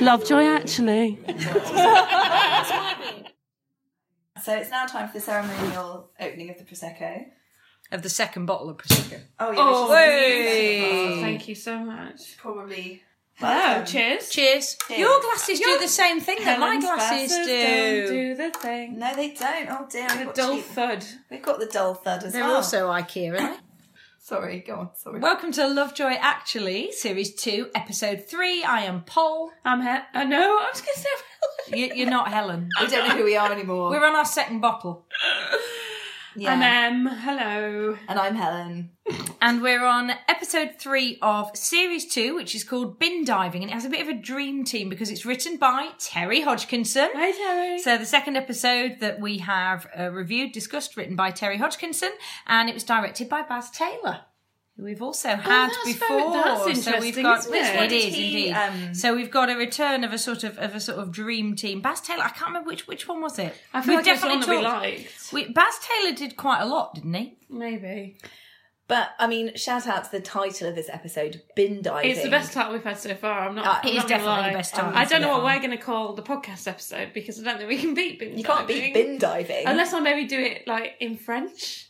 love Joy Actually. So it's now time for the ceremonial opening of the prosecco. Of the second bottle of Prosecco. Oh, yeah, Oh, which is- Thank you so much. probably. Hello, cheers. Cheers. Cheers. Your glasses do the same thing that my Helen's glasses glasses do. don't do the thing. No, they don't. Oh dear, we've The got, dull cheap- thud. we've got the dull thud as They're well. also IKEA, aren't they? Sorry, go on. Sorry. Welcome to Lovejoy Actually, Series 2, Episode 3. I am Paul. I'm he- I know. I was going to say. I'm You, you're not Helen. we don't know who we are anymore. We're on our second bottle. yeah. Em. Hello. and I'm Helen. And we're on episode three of series two, which is called Bin Diving. And it has a bit of a dream team because it's written by Terry Hodgkinson. Hi, Terry. So, the second episode that we have uh, reviewed, discussed, written by Terry Hodgkinson, and it was directed by Baz Taylor, who we've also had Oh, that's very- before. that's so we've interesting, got isn't which it? one Did is he, indeed. um, so we've got a return of a sort of of a sort of dream team. Baz Taylor, I can't remember which which one was it. I feel We've like it's one that we talked- liked. we- Baz Taylor did quite a lot, didn't he? Maybe. But I mean, shout out to the title of this episode, bin diving. It's the best title we've had so far. I'm not. Uh, I'm Oh, It is not gonna definitely lie. the best time. I don't know what we're going to call the podcast episode because I don't think we can beat bin. You can't diving. beat bin diving. Unless I maybe do it like in French.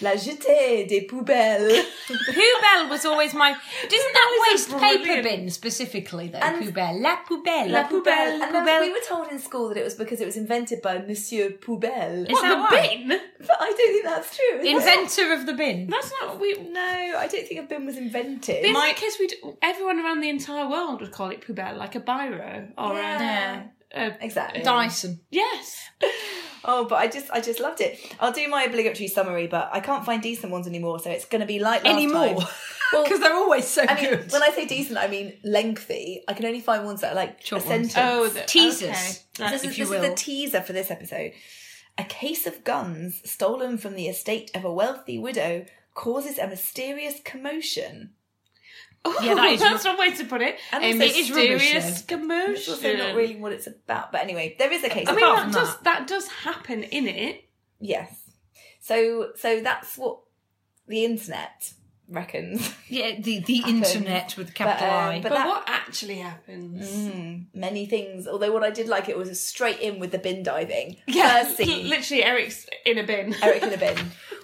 La jetée des poubelles. Poubelle was always my. Isn't that That is waste a paper brilliant- bin specifically though? And- poubelle, la poubelle, La poubelle, And then we were told in school that it was because it was invented by Monsieur Poubelle. Is What, that the why? bin? But I don't think that's true. is it? Inventor of the bin. That's not we. No, I don't think a bin was invented. In that case, we everyone around the entire world would call it poubelle, like a biro or Yeah. a, a Exactly. Dyson. yes. Oh, but I just, I just loved it. I'll do my obligatory summary, but I can't find decent ones anymore, so it's going to be like last Anymore. time. Well, Because they're always so I mean, good. when I say decent, I mean lengthy. I can only find ones that are like Short a ones. sentence. Oh, the, Teasers. Okay. this is, if you this is the will. teaser for this episode. A case of guns stolen from the estate of a wealthy widow causes a mysterious commotion. Yeah, that is that's one way to put it. And a also- It is rubbish, mysterious It's also commotion. not really what it's about, but anyway, there is a case. I of mean, Apart that from does that does happen in it. Yes. So so that's what the internet reckons. Yeah, the, the Happened. internet with capital um, I. but- But, that- what actually happens? Mm, many things. Although what I did like it was straight in with the bin diving. Yes, Percy, literally, Eric's in a bin. Eric in a bin.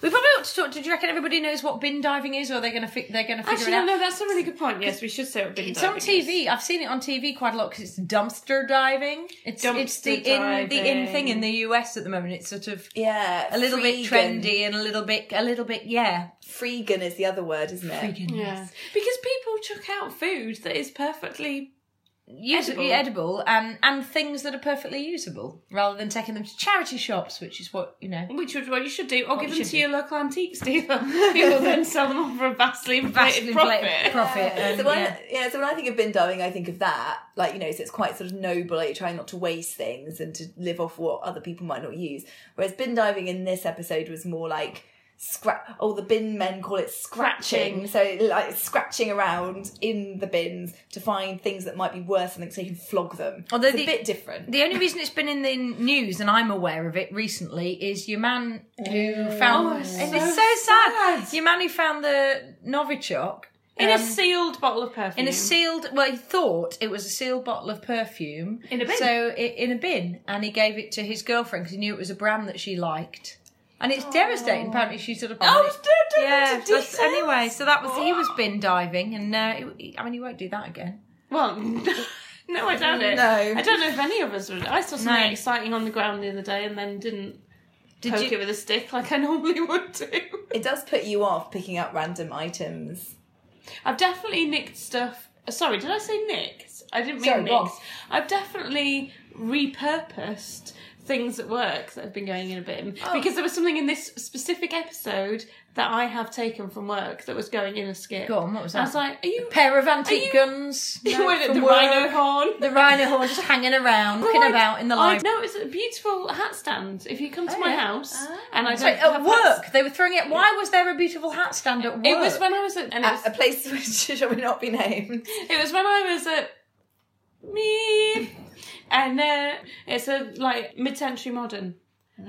we probably ought to talk. Do you reckon everybody knows what bin diving is, or they're going to fi- they're going to figure Actually, it out? no, that's a really good point. Yes, we should say what bin It's on diving is. TV. I've seen it on TV quite a lot because it's dumpster diving. It's it's the Dumpster in the in thing diving. in the US at the moment. It's sort of Yeah, a little bit freegan. trendy and a little bit a little bit yeah. Freegan is the other word, isn't it? Yeah, because people chuck out food that is perfectly. Usable, edible, and and things that are perfectly usable, rather than taking them to charity shops, which is what you know. Which is what you should do, or give you them should to your local antiques dealer, who will then sell them on for a vastly inflated Vastly inflated profit. um, profit, and, so when yeah. yeah, so when I think of bin diving, I think of that. Like you know, so it's quite sort of noble. Like you're trying not to waste things and to live off what other people might not use. Whereas bin diving in this episode was more like scrap. Oh, the bin men call it scratching. Scratching. So like scratching around in the bins to find things that might be worth something, so you can flog them. Although it's the- a bit different. The only reason it's been in the news, and I'm aware of it recently, is your man who found. Oh, it's and so it's so sad. sad. Your man who found the Novichok In a um, sealed bottle of perfume. in a sealed. Well, he thought it was a sealed bottle of perfume In a bin. So i in a bin, and he gave it to his girlfriend because he knew it was a brand that she liked. And it's devastating. Apparently, she sort of. Oh, don't go yeah. into But anyway, so that was he was Oh. bin diving, and uh, he- I mean, he won't do that again. Well, no, I doubt it. No. I don't know if any of us would. I saw something No. exciting on the ground the other day and then didn't Did poke you? it with a stick like I normally would do. It does put you off picking up random items. I've definitely nicked stuff. Sorry, did I say nicked? I didn't mean Sorry, go on. nicked. I've definitely repurposed things at work that have been going in a bin Oh. because there was something in this specific episode that I have taken from work that was going in a skip. Go on, what was I was that? like, are you? Pair of antique you- guns. you no, were the from work. rhino Oh, horn. The rhino horn just hanging around, looking I'd- about in the I'd- library. No, it's a beautiful hat stand. If you come to Oh, my yeah. house and I don't Sorry, at have work, hats- they were throwing it. Why was there a beautiful hat stand at work? It was when I was at. And it, At was, a place which shall not be named. it was when I was at. Me. And uh, it's a like mid-century modern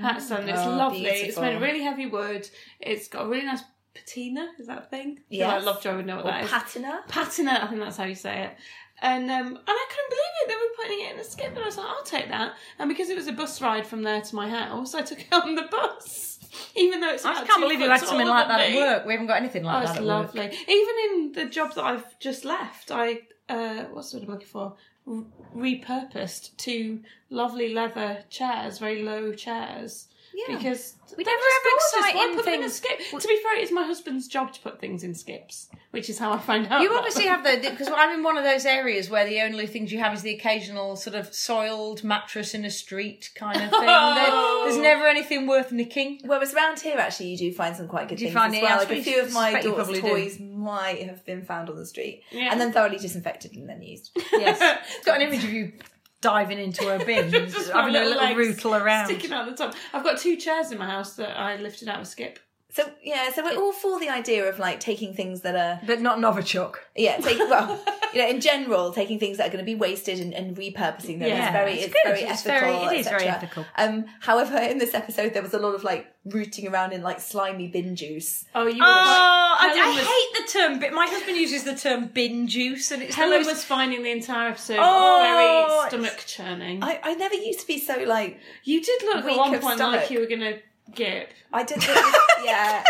hat stand. It's Oh, lovely. It's made beautiful. of really heavy wood. It's got a really nice patina. Is that a thing? Yes. I love Joe would know what Or that is. patina. patina. I think that's how you say it. And um, and I couldn't believe it. They were putting it in a skip, and I was like, I'll take that. And because it was a bus ride from there to my house, I took it on the bus, even though it's. I about just can't two believe you foot had something taller like than that at me. work. We haven't got anything Oh, like that it's at work. lovely. Even in the job that I've just left, I uh, what's the word I'm looking for? R- repurposed two lovely leather chairs, very low chairs. Yeah. Because We they were never have just gorgeous. Why exciting put them in a things. skip? To be fair, it's my husband's job to put things in skips, which is how I find out. You about obviously them. have the because I'm in one of those areas where the only things you have is the occasional sort of soiled mattress in a street kind of thing. There- there's never anything worth nicking. Whereas around here, actually, you do find some quite good Do you things find as it? well. Yeah, Like I a few of my suspect you daughter's probably do. toys might have been found on the street Yeah. and then thoroughly disinfected and then used. Yes, it's got an image of you diving into a bin, Just my having a little legs rootle around. Sticking out the top. I've got two chairs in my house that I lifted out of a skip. So yeah, so we're all for the idea of like taking things that are But not Novichok. yeah, take well, you know, in general, taking things that are going to be wasted and, and repurposing them Yeah, is very it's it's, good. very It's very- ethical. it is very etc.. ethical. Um, however, in this episode, there was a lot of like rooting around in like slimy bin juice. Oh, you. Oh, I, Helen was- I hate the term. But my husband uses the term bin juice, and it's the Helen most was finding the entire episode Oh, very stomach churning. I, I never used to be so like You did look at Weak one of point stomach. like you were going to gip. I did think it was, yeah.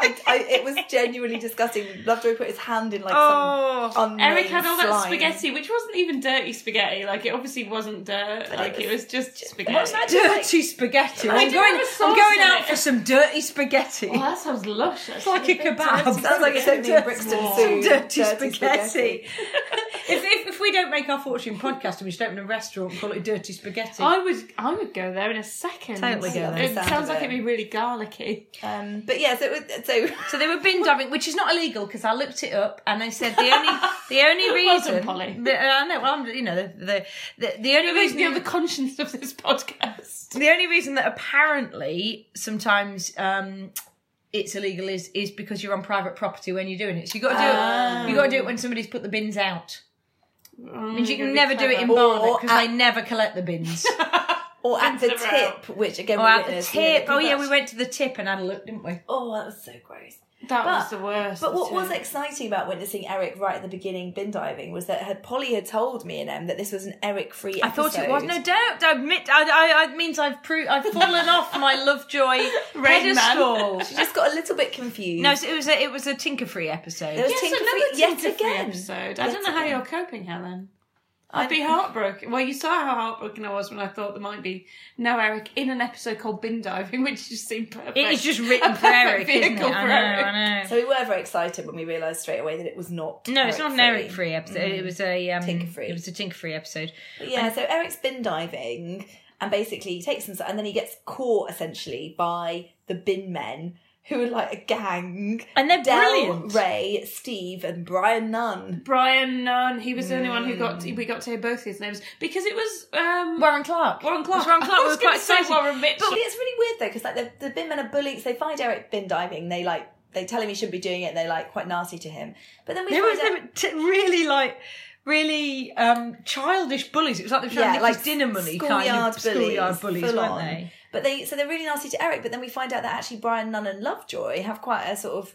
I, I, it was genuinely disgusting. Lovejoy put his hand in like Oh. some. unnamed Eric had all that slime. spaghetti, which wasn't even dirty spaghetti. Like it obviously wasn't dirt. Like it was just spaghetti. What's that? dirty spaghetti. I I'm do going. have a I'm sauce going in out it. for some dirty spaghetti. Well, that sounds lush. It's like a kebab. Sounds like something Dirty- Brixton Wow. Zoo. dirty, spaghetti. if, if, if we don't make our fortune podcast and we just open a restaurant and call it Dirty Spaghetti, I would, I would go there in a second. Totally go there. It Sound sounds of like it. it'd be really garlicky. Um, but yeah, so it was, so so they were bin diving, which is not illegal because I looked it up and they said the only the only Well done, reason. Polly. The, uh, I know. Well, I'm, you know the the the, the only It is reason the other conscience of this podcast. the only reason that apparently sometimes um it's illegal is is because you're on private property when you're doing it. So you got to do it. You got to do it when somebody's put the bins out. Means you can never do it in Or Barnet because at- they never collect the bins. or at the Things are out. tip, which again or we at the witnessed, you know, tip. Oh yeah, we people- went to the tip and had a look, didn't we? Oh, that was so gross. That But- was the worst. But what too. was exciting about witnessing Eric right at the beginning bin diving was that had Polly had told me and Em that this was an Eric free. I thought it was. No, don't, don't admit. I, I, I it means I've proved I've fallen off my Lovejoy Rain Man. pedestal. she just got a little bit confused. no, so it was a it was a Tinkerfree episode. There was Yes, Tinker another Free yet Tinker Free again. episode. I Yet don't know how again. you're coping, Helen. I'd be heartbroken. Well, you saw how heartbroken I was when I thought there might be no Eric in an episode called Bin Diving, which just seemed perfect. it is just A written for Eric, perfect isn't it? vehicle I for know, Eric. I know. So we were very excited when we realised straight away that it was not. No, it's not an Eric free episode. It was a um, Mm-hmm. Tinker Free. It was a Tinker free episode. But yeah, so Eric's bin diving and basically he takes himself and then he gets caught essentially by the bin men who are like a gang. And they're Del, brilliant. Ray, Steve, and Brian Nunn. Brian Nunn. He was the only one who got Mm. we got to hear both his names because it was um, Warren Clark. Warren Clark. It was Warren Clark. I We was were quite gonna say excited. Warren Mitchell. But it's really weird though, because like the, the bin men are bullying. So they find Eric bin diving. They like they tell him he shouldn't be doing it. They're like quite nasty to him. But then we They find were, they were t- really like really um, childish bullies. It was like they were trying to nick his dinner money kind schoolyard of schoolyard bullies, full weren't on. they? But they so they're really nasty to Eric. But then we find out that actually Brian Nunn and Lovejoy have quite a sort of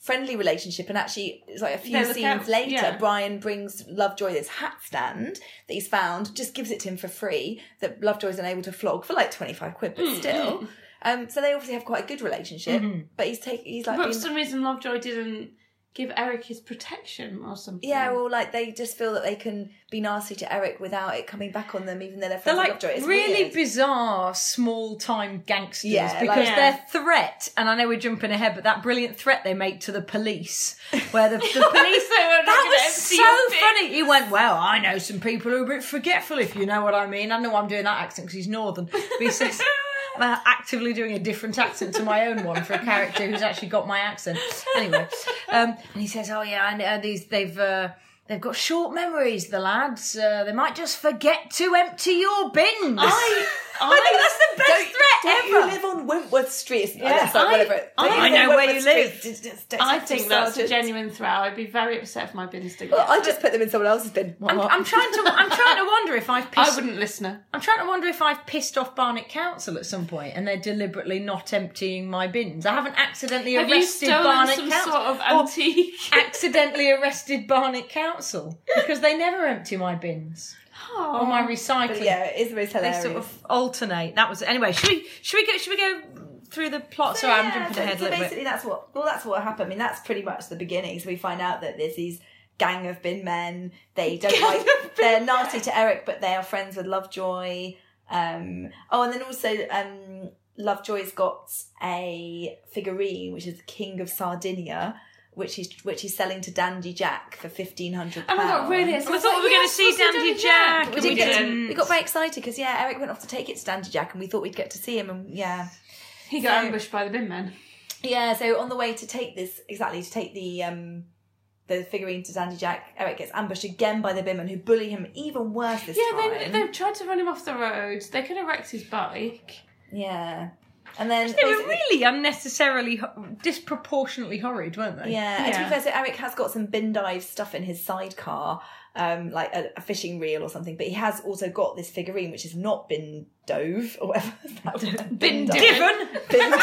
friendly relationship. And actually, it's like a few They look scenes out- later, yeah. Brian brings Lovejoy this hat stand that he's found, just gives it to him for free. That Lovejoy's unable to flog for like twenty five quid, but Mm, still. Um, so they obviously have quite a good relationship, Mm-hmm. but he's taking he's like But for being- some reason, Lovejoy didn't give Eric his protection or something. yeah, or like they just feel that they can be nasty to Eric without it coming back on them, even though they're They're friends with like Lovejoy. It's really weird. bizarre small time gangsters Yeah, like- because Yeah. their threat, and I know we're jumping ahead, but that brilliant threat they make to the police, where the, the police That was so funny. He went, Well, I know some people who are a bit forgetful, if you know what I mean. I know I'm doing that accent because he's northern. But he says, I'm actively doing a different accent to my own one for a character who's actually got my accent. Anyway, um, and he says, Oh, yeah, I know these, they've. Uh, They've got short memories, the lads. Uh, they might just forget to empty your bins. I I think that's the best Don't, threat don't ever. you live on Wentworth Street? It's- Yeah. that's like I- whatever it- I- they I say know where you Wentworth live. Street, d- d- d- I detective think that's a sergeant. genuine threat. I'd be very upset if my business didn't. Well, get I it. just put them in someone else's bin. I'm, I'm trying to. I'm trying to wonder if I've I pissed. wouldn't listener. I'm trying to wonder if I've pissed off Barnet Council at some point, and they're deliberately not emptying my bins. I haven't accidentally Have you arrested stolen Barnet some Council. sort of Oh, Or antique? accidentally arrested Barnet Council because they never empty my bins Oh, or my recycling. But yeah, it is the most They hilarious. sort of alternate. That was anyway. Should we? Should we go? Should we go through the plot? So, Sorry, I'm yeah, jumping so- ahead a so little bit. basically, that's what well, that's what happened. I mean, that's pretty much the beginning. So we find out that there's these gang of bin men. They don't like. They're nasty to Eric, but they are friends with Lovejoy. Um, oh, and then also, um, Lovejoy's got a figurine which is the King of Sardinia, which he's which he's selling to Dandy Jack for fifteen hundred. Oh my god, really? I I thought we were going to see Dandy Jack. We and We, did did we get to- didn't. we got very excited because yeah, Eric went off to take it to Dandy Jack, and we thought we'd get to see him. And yeah, He got So- ambushed by the bin men. Yeah, so on the way to take this exactly to take the um the figurine to Dandy Jack, Eric gets ambushed again by the Bimmen who bully him even worse this time. Yeah, they, they tried to run him off the road. They could have wrecked his bike. yeah, and then They were basically- really unnecessarily, ho- disproportionately horrid, weren't they? yeah, and to Yeah. be fair, so Eric has got some bin dive stuff in his sidecar, um, like a, a fishing reel or something. But he has also got this figurine which has not been dove or whatever. that word- Bin dove. div- Given. Bin-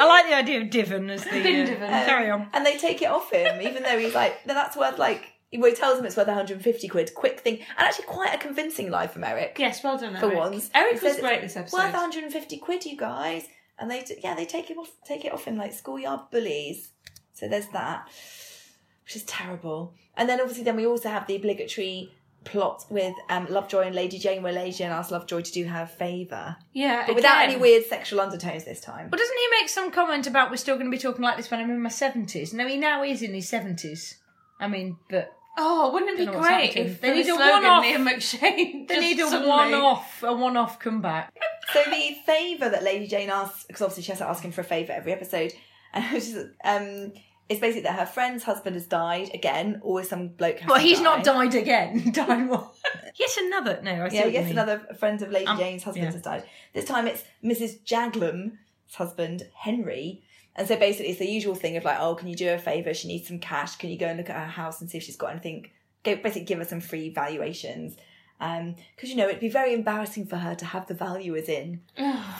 I like the idea of Divin as the Bin uh, Divin. Carry on. Um, and they take it off him, even though he's like, no, that's worth like. Well, he tells him it's worth 150 quid. Quick thing, and actually quite a convincing lie from Eric. Yes, well done, Eric. for once. Eric He was says great it's this episode. Worth 150 quid, you guys. And they t- yeah they take him off take it off him like schoolyard bullies. So there's that, which is terrible. And then obviously then we also have the obligatory plot with um, Lovejoy and Lady Jane, where Lady Jane asks Lovejoy to do her a favour, yeah, but without again. any weird sexual undertones this time. Well, doesn't he make some comment about we're still going to be talking like this when I'm in my 70s? No, he now is in his 70s. I mean, but Oh, wouldn't it be Don't know what's great happened. if They for need the a slogan, one-off. Liam McShane? they just need a suddenly- one off, a one off comeback. So the favour that Lady Jane asks, because obviously she has to ask him for a favour every episode, and she's, um, it's basically that her friend's husband has died again. Always some bloke. Has Well, to he's die. not died again. died what? Yet another. No, I see Yeah, what you yes, mean. another friend of Lady Um, Jane's husband yeah. has died. This time it's Mrs. Jaglum's husband, Henry. And so basically it's the usual thing of like, oh, can you do her a favour? She needs some cash. Can you go and look at her house and see if she's got anything? Go, basically give her some free valuations. Because, you know, it'd be very embarrassing for her to have the valuers in.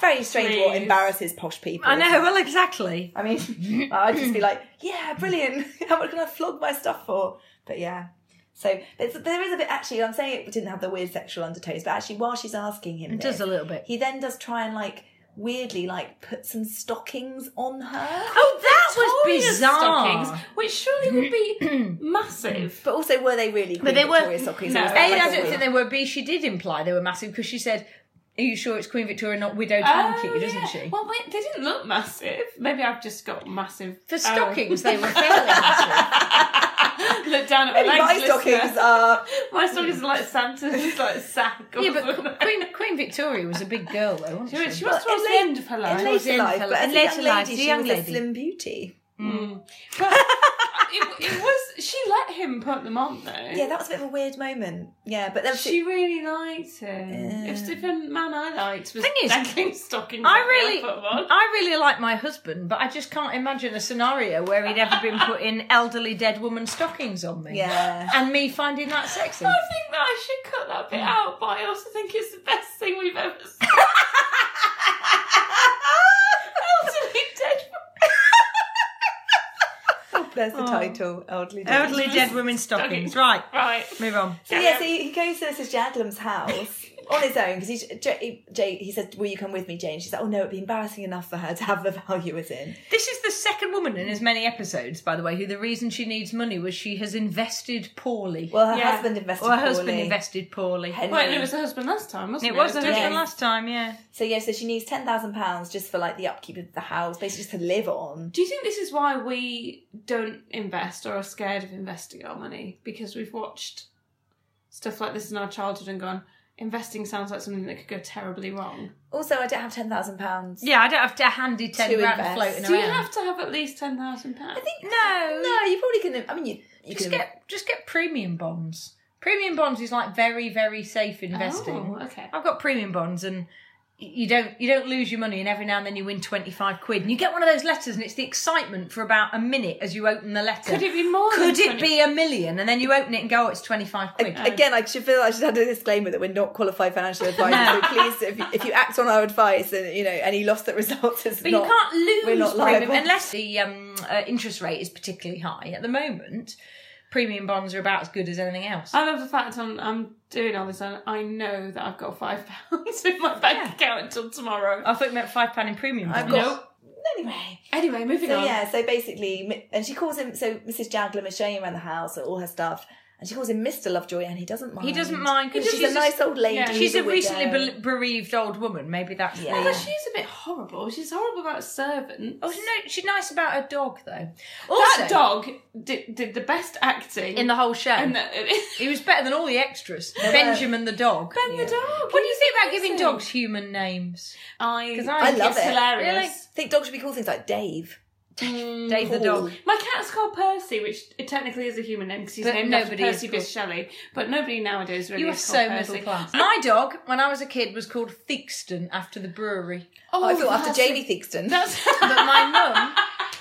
very strange what please. embarrasses posh people. I know, isn't it? well, exactly. I mean, I'd just be like, yeah, brilliant. How much can I flog my stuff for? But yeah. So it's, there is a bit, actually, I'm saying it didn't have the weird sexual undertones, but actually, while she's asking him, It does this, a little bit. he then does try and like weirdly like put some stockings on her. Oh, that was Victoria's bizarre. stockings, which surely would be massive. But also, were they really? Queen they were- Victoria's stockings. no. or was A, that, Hey, like, a I don't think weird- they were. B, she did imply they were massive because she said, "Are you sure it's Queen Victoria, not Widow Oh, Tanky?" doesn't yeah. she? Well, wait, they didn't look massive. Maybe I've just got massive. For Oh. stockings, they were fairly massive. look down at my Maybe legs. my listener. stockings are. My stockings are like Santa's like sack. Or Yeah, something. but Queen Queen Victoria was a big girl though, wasn't She she? was, she was But towards in the late- end of her In life. later in life, fel- but as in a later young life, lady, the she young was lady. a slim beauty. Mm. Mm. But it, it was. She let him put them on though. Yeah, that was a bit of a weird moment. Yeah, but then She really liked him. If the different man I liked was Thing is, dangling stockings. I at me, really, I'd put them on. I really like my husband, but I just can't imagine a scenario where he'd ever been putting elderly dead woman stockings on me. Yeah. and me finding that sexy. I think that I should cut that Mm. bit out, but I also think it's the best thing we've ever seen. Elderly dead there's Oh. the title, elderly. Dame. elderly dead woman stockings. Stockings. Right, Right. move on. So yeah, so he, he goes to Mrs. Jadlam's house on his own because he, J, J, he said, "Will you come with me, Jane?" She's like, "Oh no, it'd be embarrassing enough for her to have the valuers in." This is the second woman in as many episodes, by the way, who the reason she needs money was she has invested poorly. Well, her Yeah. husband invested. or her husband poorly. invested poorly. Henry. Wait, and it was the husband last time, wasn't It it? was the husband different. last time, yeah. So yeah, so she needs ten thousand pounds just for like the upkeep of the house, basically just to live on. Do you think this is why we don't invest or are scared of investing our money? Because we've watched stuff like this in our childhood and gone, investing sounds like something that could go terribly wrong. Also, I don't have ten thousand pounds. Yeah, I don't have to handy ten To grand invest. floating Do you around. have to have at least ten thousand pounds? I think No. no, you probably can. I mean, you you just can get just get premium bonds. Premium bonds is like very, very safe investing. Oh, okay. I've got premium bonds and y- you don't you don't lose your money and every now and then you win 25 quid and you get one of those letters and it's the excitement for about a minute as you open the letter Could it be more than could it 20? be a million and then you open it and go oh, it's 25 quid Again, I should feel I should add a disclaimer that we're not qualified financial advisors. so please, if you, if you act on our advice, and you know any loss that results is But not. you can't lose we're not premium liable. unless the um, uh, interest rate is particularly high. At the moment, premium bonds are about as good as anything else. I love the fact I'm, I'm doing all this and I know that I've got five pounds in my bank Yeah. Oh. account until tomorrow. I thought you meant five pound in premium I've bonds. got. Nope. Anyway, Anyway, moving so on. yeah, so basically, mi- and she calls him. So Mrs. Jaglam is showing him around the house, all her stuff, and she calls him Mister Lovejoy, and he doesn't mind. He doesn't mind because He doesn't she's She's a a nice old lady. yeah, she's a widow. recently bel- bereaved old woman. Maybe that's Yeah. the. But she's a bit horrible. She's horrible about servants. Oh no, she's nice about her dog though. that Also, dog did, did the best acting in the whole show, And the- he was better than all the extras. Benjamin the dog. Ben the dog. what do you think about giving amazing. dogs human names? I, I think love it's it. hilarious. I think dogs should be called things like Dave. Dave the dog. My cat's called Percy, which it technically is a human name because he's But named after nobody is Percy Bysshe Shelley. But nobody nowadays really You are is called so Percy. middle class. My dog, when I was a kid, was called Theakston after the brewery. Oh, I thought after that's- Jamie Theakston. That's But my mum,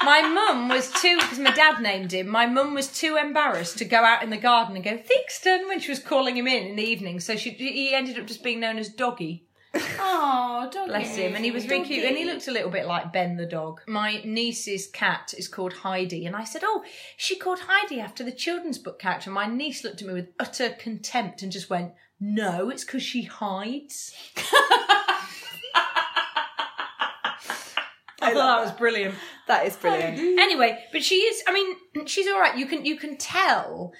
my mum was too because my dad named him. My mum was too embarrassed to go out in the garden and go Theakston when she was calling him in in the evening. So she, he ended up just being known as Doggy. oh, doggy. Bless him, and he was really cute, and he looked a little bit like Ben the dog. My niece's cat is called Heidi, and I said, "Oh, she called Heidi after the children's book character." My niece looked at me with utter contempt and just went, "No, it's because she hides." I thought that was brilliant. That is brilliant. Anyway, but she is. I mean, she's all right. You can you can tell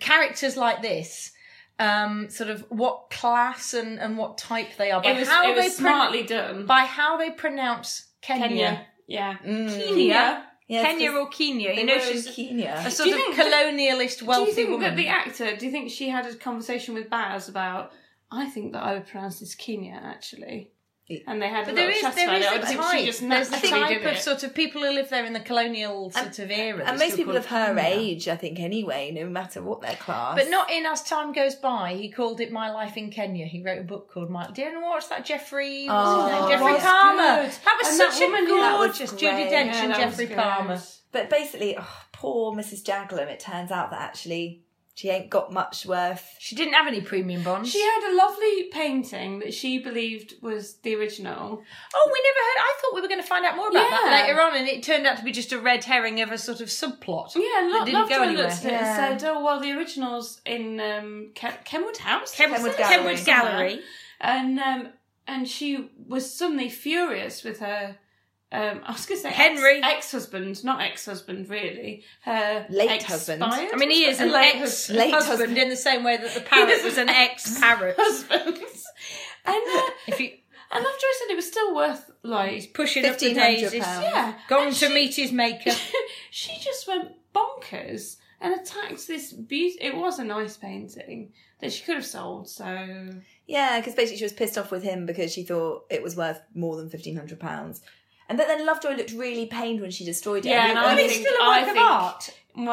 characters like this. Um, sort of what class and, and what type they are. By It was, how it was they pronounce- smartly done. by how they pronounce Kenya. Kenya. Mm. Yeah. Kenya. Yeah, Kenya or Kenya. You know, she's a Kenya. sort Do of you think- colonialist, Do wealthy you think woman. that the actor? Do you think she had a conversation with Baz about? I think that I would pronounce this Kenya actually, and they had a but there little chat is, there about is it. I a think type. she just There's a naturally type did of it. sort of people who live there in the colonial sort of And era. that's most still people called of her Kenya. age, I think, anyway, no matter what their class. But not in As Time Goes By. He called it My Life in Kenya. He wrote a book called My. Do you ever watch that Jeffrey? what's his name? Oh, Jeffrey that's Palmer. good. That was And that such woman a who- That was gorgeous Judy great. Dench Yeah, and that was Jeffrey good. Palmer. But basically, oh, poor Mrs. Jaglam. It turns out that actually she ain't got much worth. She didn't have any premium bonds. She had a lovely painting that she believed was the original. Oh, we never heard. I thought we were going to find out more about that Yeah. later on, and it turned out to be just a red herring of a sort of subplot. Yeah, that lo- didn't go Lovejoy anywhere. looked at it and said, "Oh well, the originals in um, Ke- Kenwood House, Kenwood Gallery. Kenwood Gallery. and um, and she was suddenly furious with her. Um, I was going to say ex- Henry. ex-husband, not ex-husband, really. Her Late ex-spired husband. I mean, he is an Late ex late husband husband. in the same way that the parrot is was an an ex parrot. husband. and uh, If you and Lovejoy said it was still worth like pushing up the £1,500 daisies, yeah. gone And to she- meet his maker. she just went bonkers and attacked this beauty. It was a nice painting that she could have sold. So Yeah, because basically she was pissed off with him because she thought it was worth more than fifteen hundred pounds. And then, then Lovejoy looked really pained when she destroyed it. Yeah, And and he- I and he- think- I think- well,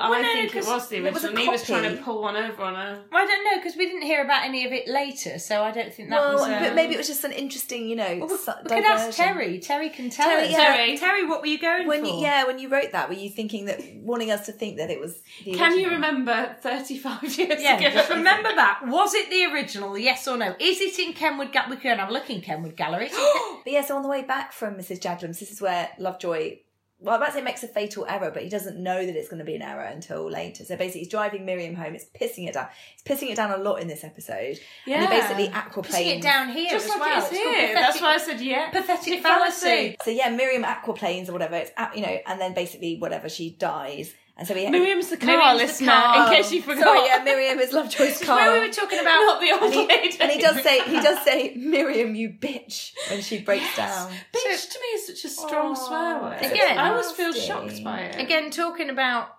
I no, think it 'cause was the it was a original. and he was copy. trying to pull one over on her. Well, I don't know because we didn't hear about any of it later, so I don't think that well, was. uh, um, but maybe it was just an interesting, you know. we su- could ask diversion. Terry. Terry can tell Terry, us. yeah. Terry. what were you going When for? you, yeah, when you wrote that, were you thinking that wanting us to think that it was? The Can you original? remember 35 years Yeah, ago? just remember that. Was it the original? Yes or no? Is it in Kenwood Gallery? We can have a look in Kenwood Gallery. But yeah, so on the way back from Mrs. Jaglam's, this is where Lovejoy, well, I'm about to say makes a fatal error, but he doesn't know that it's going to be an error until later. So basically, he's driving Miriam home. It's pissing it down. It's pissing it down a lot in this episode. And Yeah. he basically Putting it aquaplanes. down here Just as like well. it It's is called here. That's pathetic- why I said yeah. pathetic fallacy. fallacy. So yeah, Miriam aquaplanes or whatever. It's a- you know, and then basically whatever she dies, and so we. Miriam's the car Miriam's the listener, car. in case you forgot. Sorry, yeah, Miriam is Lovejoy's car. Where we were talking about Not the old and, he, lady. and he does say, he does say, Miriam, you bitch, when she breaks down. Bitch to me is such a strong swear word. Again. I always feel Nasty. shocked by it. again talking about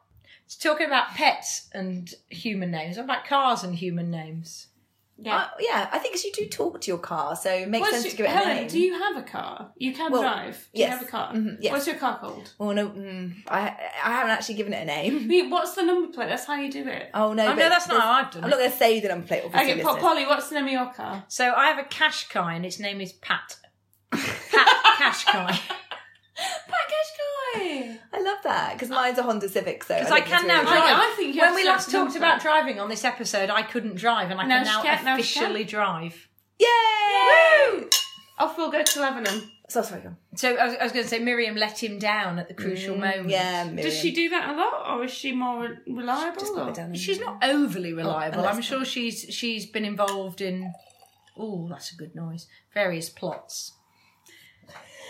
talking about pets and human names. What about cars and human names? Yeah. I, Uh, yeah, I think 'cause you do talk to your car, so it makes Uh, What's sense your- to give it Helen, a name. do you have a car? You can Well, drive. Do you yes. have a car? Mhm, yes. What's your car called? Well, no, mm, I I haven't actually given it a name. I mean, What's the number plate? That's how you do it. Oh no, Oh, but no, that's not there's- how I've done I'm it. not going to say that I'm playing. Okay, Po- Polly, what's the name of your car? So I have a cash guy and its name is Pat. Pat cash guy. Package I love that because mine's a Honda Civic, so Because I think it's can now really- I- drive. I think you when have we to last have talked something. about driving on this episode, I couldn't drive, and I No, can she now can't, no, she officially drive. Yay! Woo! Off we'll go to Lebanon. So sorry. go on. So I was, I was going to say Miriam let him down at the crucial Mm, moment. Yeah, Miriam. Does she do that a lot, or is she more reliable? Just pop or- it down. She's not overly Oh, reliable. unless- I'm sure she's she's been involved in. Oh, that's a good noise. Various plots.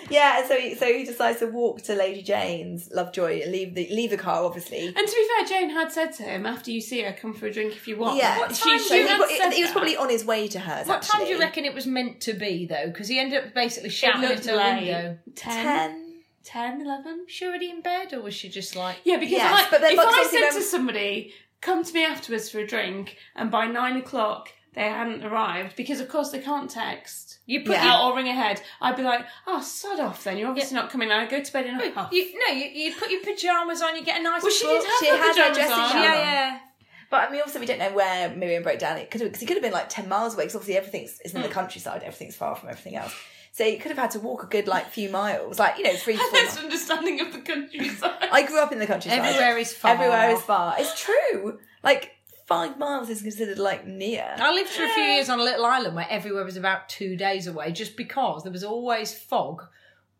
Yeah, and so he, so he decides to walk to Lady Jane's Lovejoy and leave the leave the car, obviously. And to be fair, Jane had said to him after you see her, come for a drink if you want. Yeah, What so she, he, she had pro- said he that. was probably on his way to hers. What time do you actually. reckon it was meant to be though? Because he ended up basically It shouting looked at a like window. 10, 10. 10, 11. Was she already in bed, or was she just like? Yeah, because Yes, I, but then if Bucks I obviously said don't- to somebody, come to me afterwards for a drink, and by nine o'clock they hadn't arrived, because of course they can't text You put Yeah. your- out or ring ahead, I'd be like, oh, sod off then, you're obviously not coming, and I'd go to bed in a huff. You, no, you, you put your pajamas on. You get a nice. Well, she book. did have she her had her pyjamas dressing on. gown Yeah, on. yeah. But I mean, obviously, we don't know where Miriam broke down. It could have, because he could have been like 10 miles away, because obviously everything's is in Hmm. the countryside, everything's far from everything else. So he could have had to walk a good, like, few miles, like, you know, three, four That's miles. understanding of the countryside. I grew up in the countryside. Everywhere is far. Everywhere is far. It's true. Like, five miles is considered, like, near. I lived for a few years on a little island where everywhere was about two days away, just because there was always fog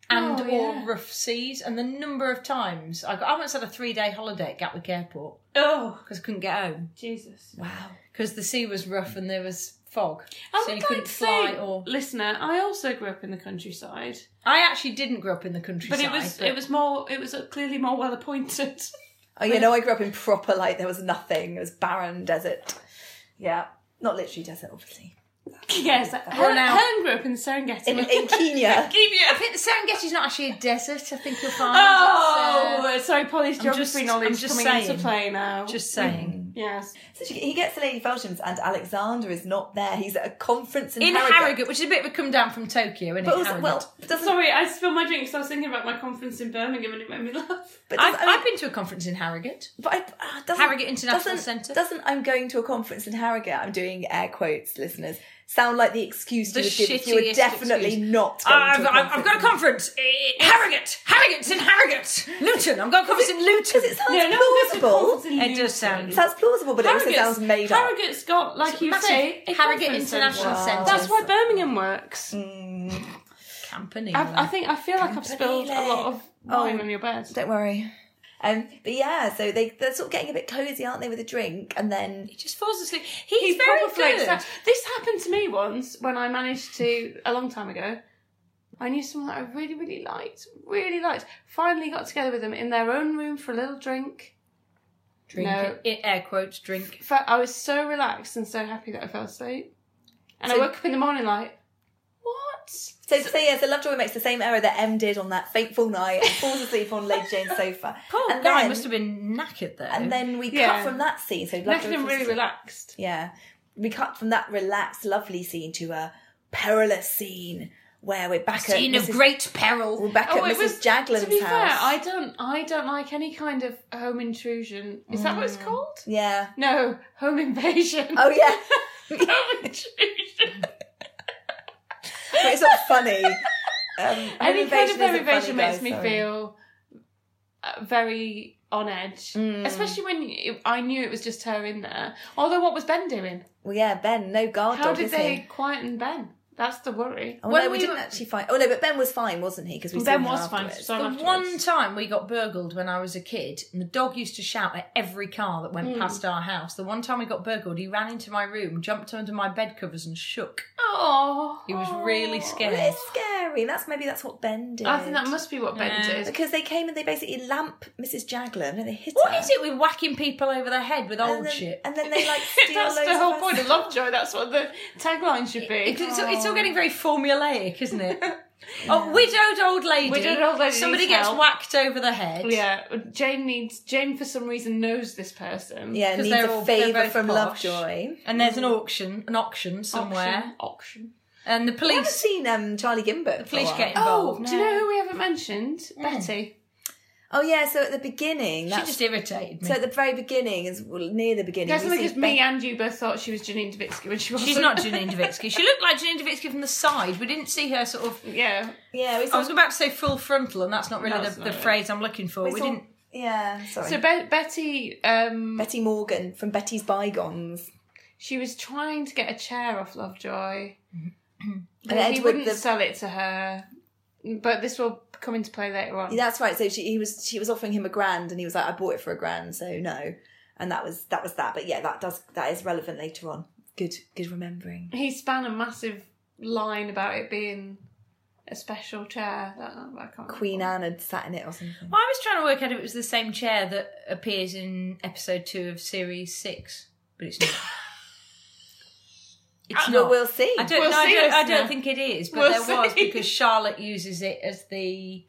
and Oh, or yeah. rough seas. And the number of times I got, I once had a three day holiday at Gatwick Airport oh, because I couldn't get home Jesus. Wow. because the sea was rough and there was fog, I so would you like couldn't to fly. say, Or listener, I also grew up in the countryside, I actually didn't grow up in the but countryside, it was it was more it was clearly more well appointed. Oh, you know, I grew up in proper, like, there was nothing. It was barren desert. Yeah. Not literally desert, obviously. yes, Helen, now- Helen grew up in the Serengeti. In, in Kenya. I think the Serengeti's not actually a desert. I think you'll find. Oh, it's, uh, sorry, Polly's geography just- I'm knowledge just coming saying. into play now. just saying. yes, So she, he gets to Lady Feltham's, and Alexander is not there. He's at a conference in, In Harrogate, which is a bit of a come down from Tokyo, isn't But it? also, Harrogate? well, doesn't sorry, I spilled my drink because I was thinking about my conference in Birmingham and it made me laugh. But I've, doesn't, I I mean, have been to a conference in Harrogate. but I, ah, doesn't, Harrogate International doesn't- Centre. Doesn't I'm going to a conference in Harrogate? I'm doing air quotes, listeners. Sound like the excuse The you would give if you were shittiest definitely excuse. Ah, not. Going Uh, I've, to a I've, I've got a conference. in Harrogate. Harrogate's in Harrogate. Luton. I'm going to a conference in Luton. Because it sounds No, no, it's a plausible. conference in It does Luton. It sound- sounds plausible, but it also Harrogate's- sounds made up. Harrogate's got, like you massive say, a Harrogate conference International centre. Centre. Mm. That's why Birmingham works. Company. I've, I think I feel like I've spilled a lot of wine Oh. on your bed. Don't worry. Um, but yeah, so they they're sort of getting a bit cozy, aren't they, with a drink, and then he just falls asleep. He's, He's very probably good. upset. This happened to me once when I managed to a long time ago. I knew someone that I really, really liked, really liked. Finally, got together with them in their own room for a little drink. Drink No. it. Air quotes. Drink. Fe- I was so relaxed and so happy that I fell asleep, and I So- woke up in the morning like, what? so so yeah, so Lovejoy makes the same error that M did on that fateful night and falls asleep on Lady Jane's sofa. Poor and guy then, must have been knackered though. And then we Yeah. cut from that scene. So Left Lovejoy them falls really asleep. relaxed. Yeah. We cut from that relaxed, lovely scene to a perilous scene where we're back Scene at of Mrs. great peril. we're back at Mrs. Jagland's Oh, to be house. fair. I don't, I don't like any kind of home intrusion. Is that what it's called? Yeah. No, home invasion. Oh yeah. home intrusion. But it's not funny. Um, Any kind of home home invasion funny, makes guys, me sorry. feel uh, very on edge, especially when you- I knew it was just her in there. Although, what was Ben doing? Well, yeah, Ben, no guard How dog, did is they he? quieten Ben? That's the worry. Oh When no, we, we didn't were- actually find. Oh no, but Ben was fine, wasn't he? Because we saw Ben him was fine. afterwards. So The afterwards. one time we got burgled when I was a kid, and the dog used to shout at every car that went past our house. The one time we got burgled, he ran into my room, jumped under my bed covers, and shook. oh, He was really scared. Well, it's scary. That's maybe that's what Ben did. I think that must be what Ben Yeah. did. because they came and they basically lamp Mrs. Jagland and they hit her. What is it with whacking people over the head with And old then, shit? and then they like steal That's loads the of whole her point of Lovejoy. That's what the tagline should be. Oh. It's, it's all- it's all getting very formulaic, isn't it? A widowed old lady. Widowed old lady Somebody needs gets help. whacked over the head. Yeah, Jane needs Jane for some reason knows this person. Yeah, 'Cause needs they're a all- they're favour both from posh. Lovejoy. And there's an auction, an auction somewhere, auction. and the I haven't police. seen um, Charlie Gimber. The police get Oh, involved. do you know who we haven't mentioned? Betty. Oh yeah, so at the beginning, She that's, just irritated me. so at the very beginning is well, near the beginning. That's we because see me Beth- and you both thought she was Janine Davitsky when she was. She's not Janine Davitsky. She looked like Janine Davitsky from the side. We didn't see her sort of. Yeah, yeah, we I saw, was about to say full frontal, and that's not really That's the, not the it. phrase I'm looking for. We, we saw- didn't. Yeah, sorry. So Be- Betty, um, Betty Morgan from Betty's Bygones. she was trying to get a chair off Lovejoy, And but he Edward wouldn't the- sell it to her. But this will come into play later on. That's right. So she he was she was offering him a grand, and he was like, "I bought it for a grand, so no." And that was that was that. But yeah, that does that is relevant later on. Good, good remembering. He span a massive line about it being a special chair. That, I can't Queen Anne had sat in it or something. Well, I was trying to work out if it was the same chair that appears in episode two of series six, but it's not. it's Well, not. we'll see. I don't We'll know. I see, don't, I listener. don't think it is, but We'll there was see. because Charlotte uses it as the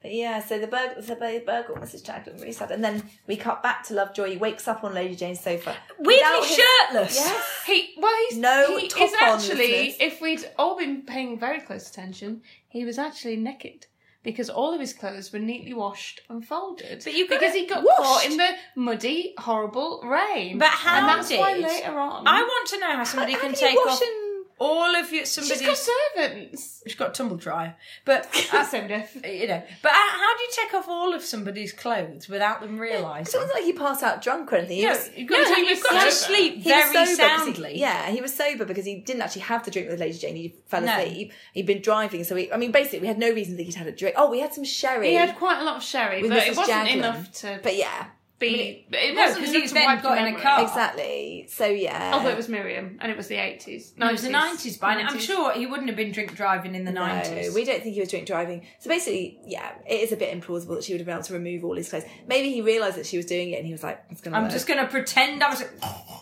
But yeah, so the burg the bur- burgle Mrs. Chadwick really sad. And then we cut back to Lovejoy. He wakes up on Lady Jane's sofa. weirdly Without his- shirtless. Yes. He well, he's No He top is on, actually. listeners. If we'd all been paying very close attention, he was actually naked because all of his clothes were neatly washed and folded. But you got because it he got washed. caught in the muddy, horrible rain. But how And that's why did- later on, I want to know how somebody How can can you take wash off and- all of your she's somebody's. got servants. she's got a tumble dryer, but uh, Same diff. you know. But how, how do you take off all of somebody's clothes without them So it realising? wasn't like he passed out drunk or anything. He No, was, you've got, No, to, he you've was got to sober. sleep he was very sober 'cause he- soundly. yeah, he was sober because he didn't actually have the drink with Lady Jane. He fell No. asleep. He'd been driving, so he, I mean, basically, we had no reason to think he'd had a drink. Oh, we had some sherry. He had quite a lot of sherry, With but Mrs. it wasn't Jaglin. enough to but yeah, be. It No, wasn't 'cause enough he's to then wipe got your in a memory. car. exactly. So yeah. Although Ah. Oh, it was Miriam, and it was the eighties. It was the nineties by now. I'm sure he wouldn't have been drink driving in the nineties. No, we don't think he was drink driving. So basically, yeah, it is a bit implausible that she would have been able to remove all his clothes. Maybe he realised that she was doing it and he was like, it's gonna I'm work." just going to pretend I was.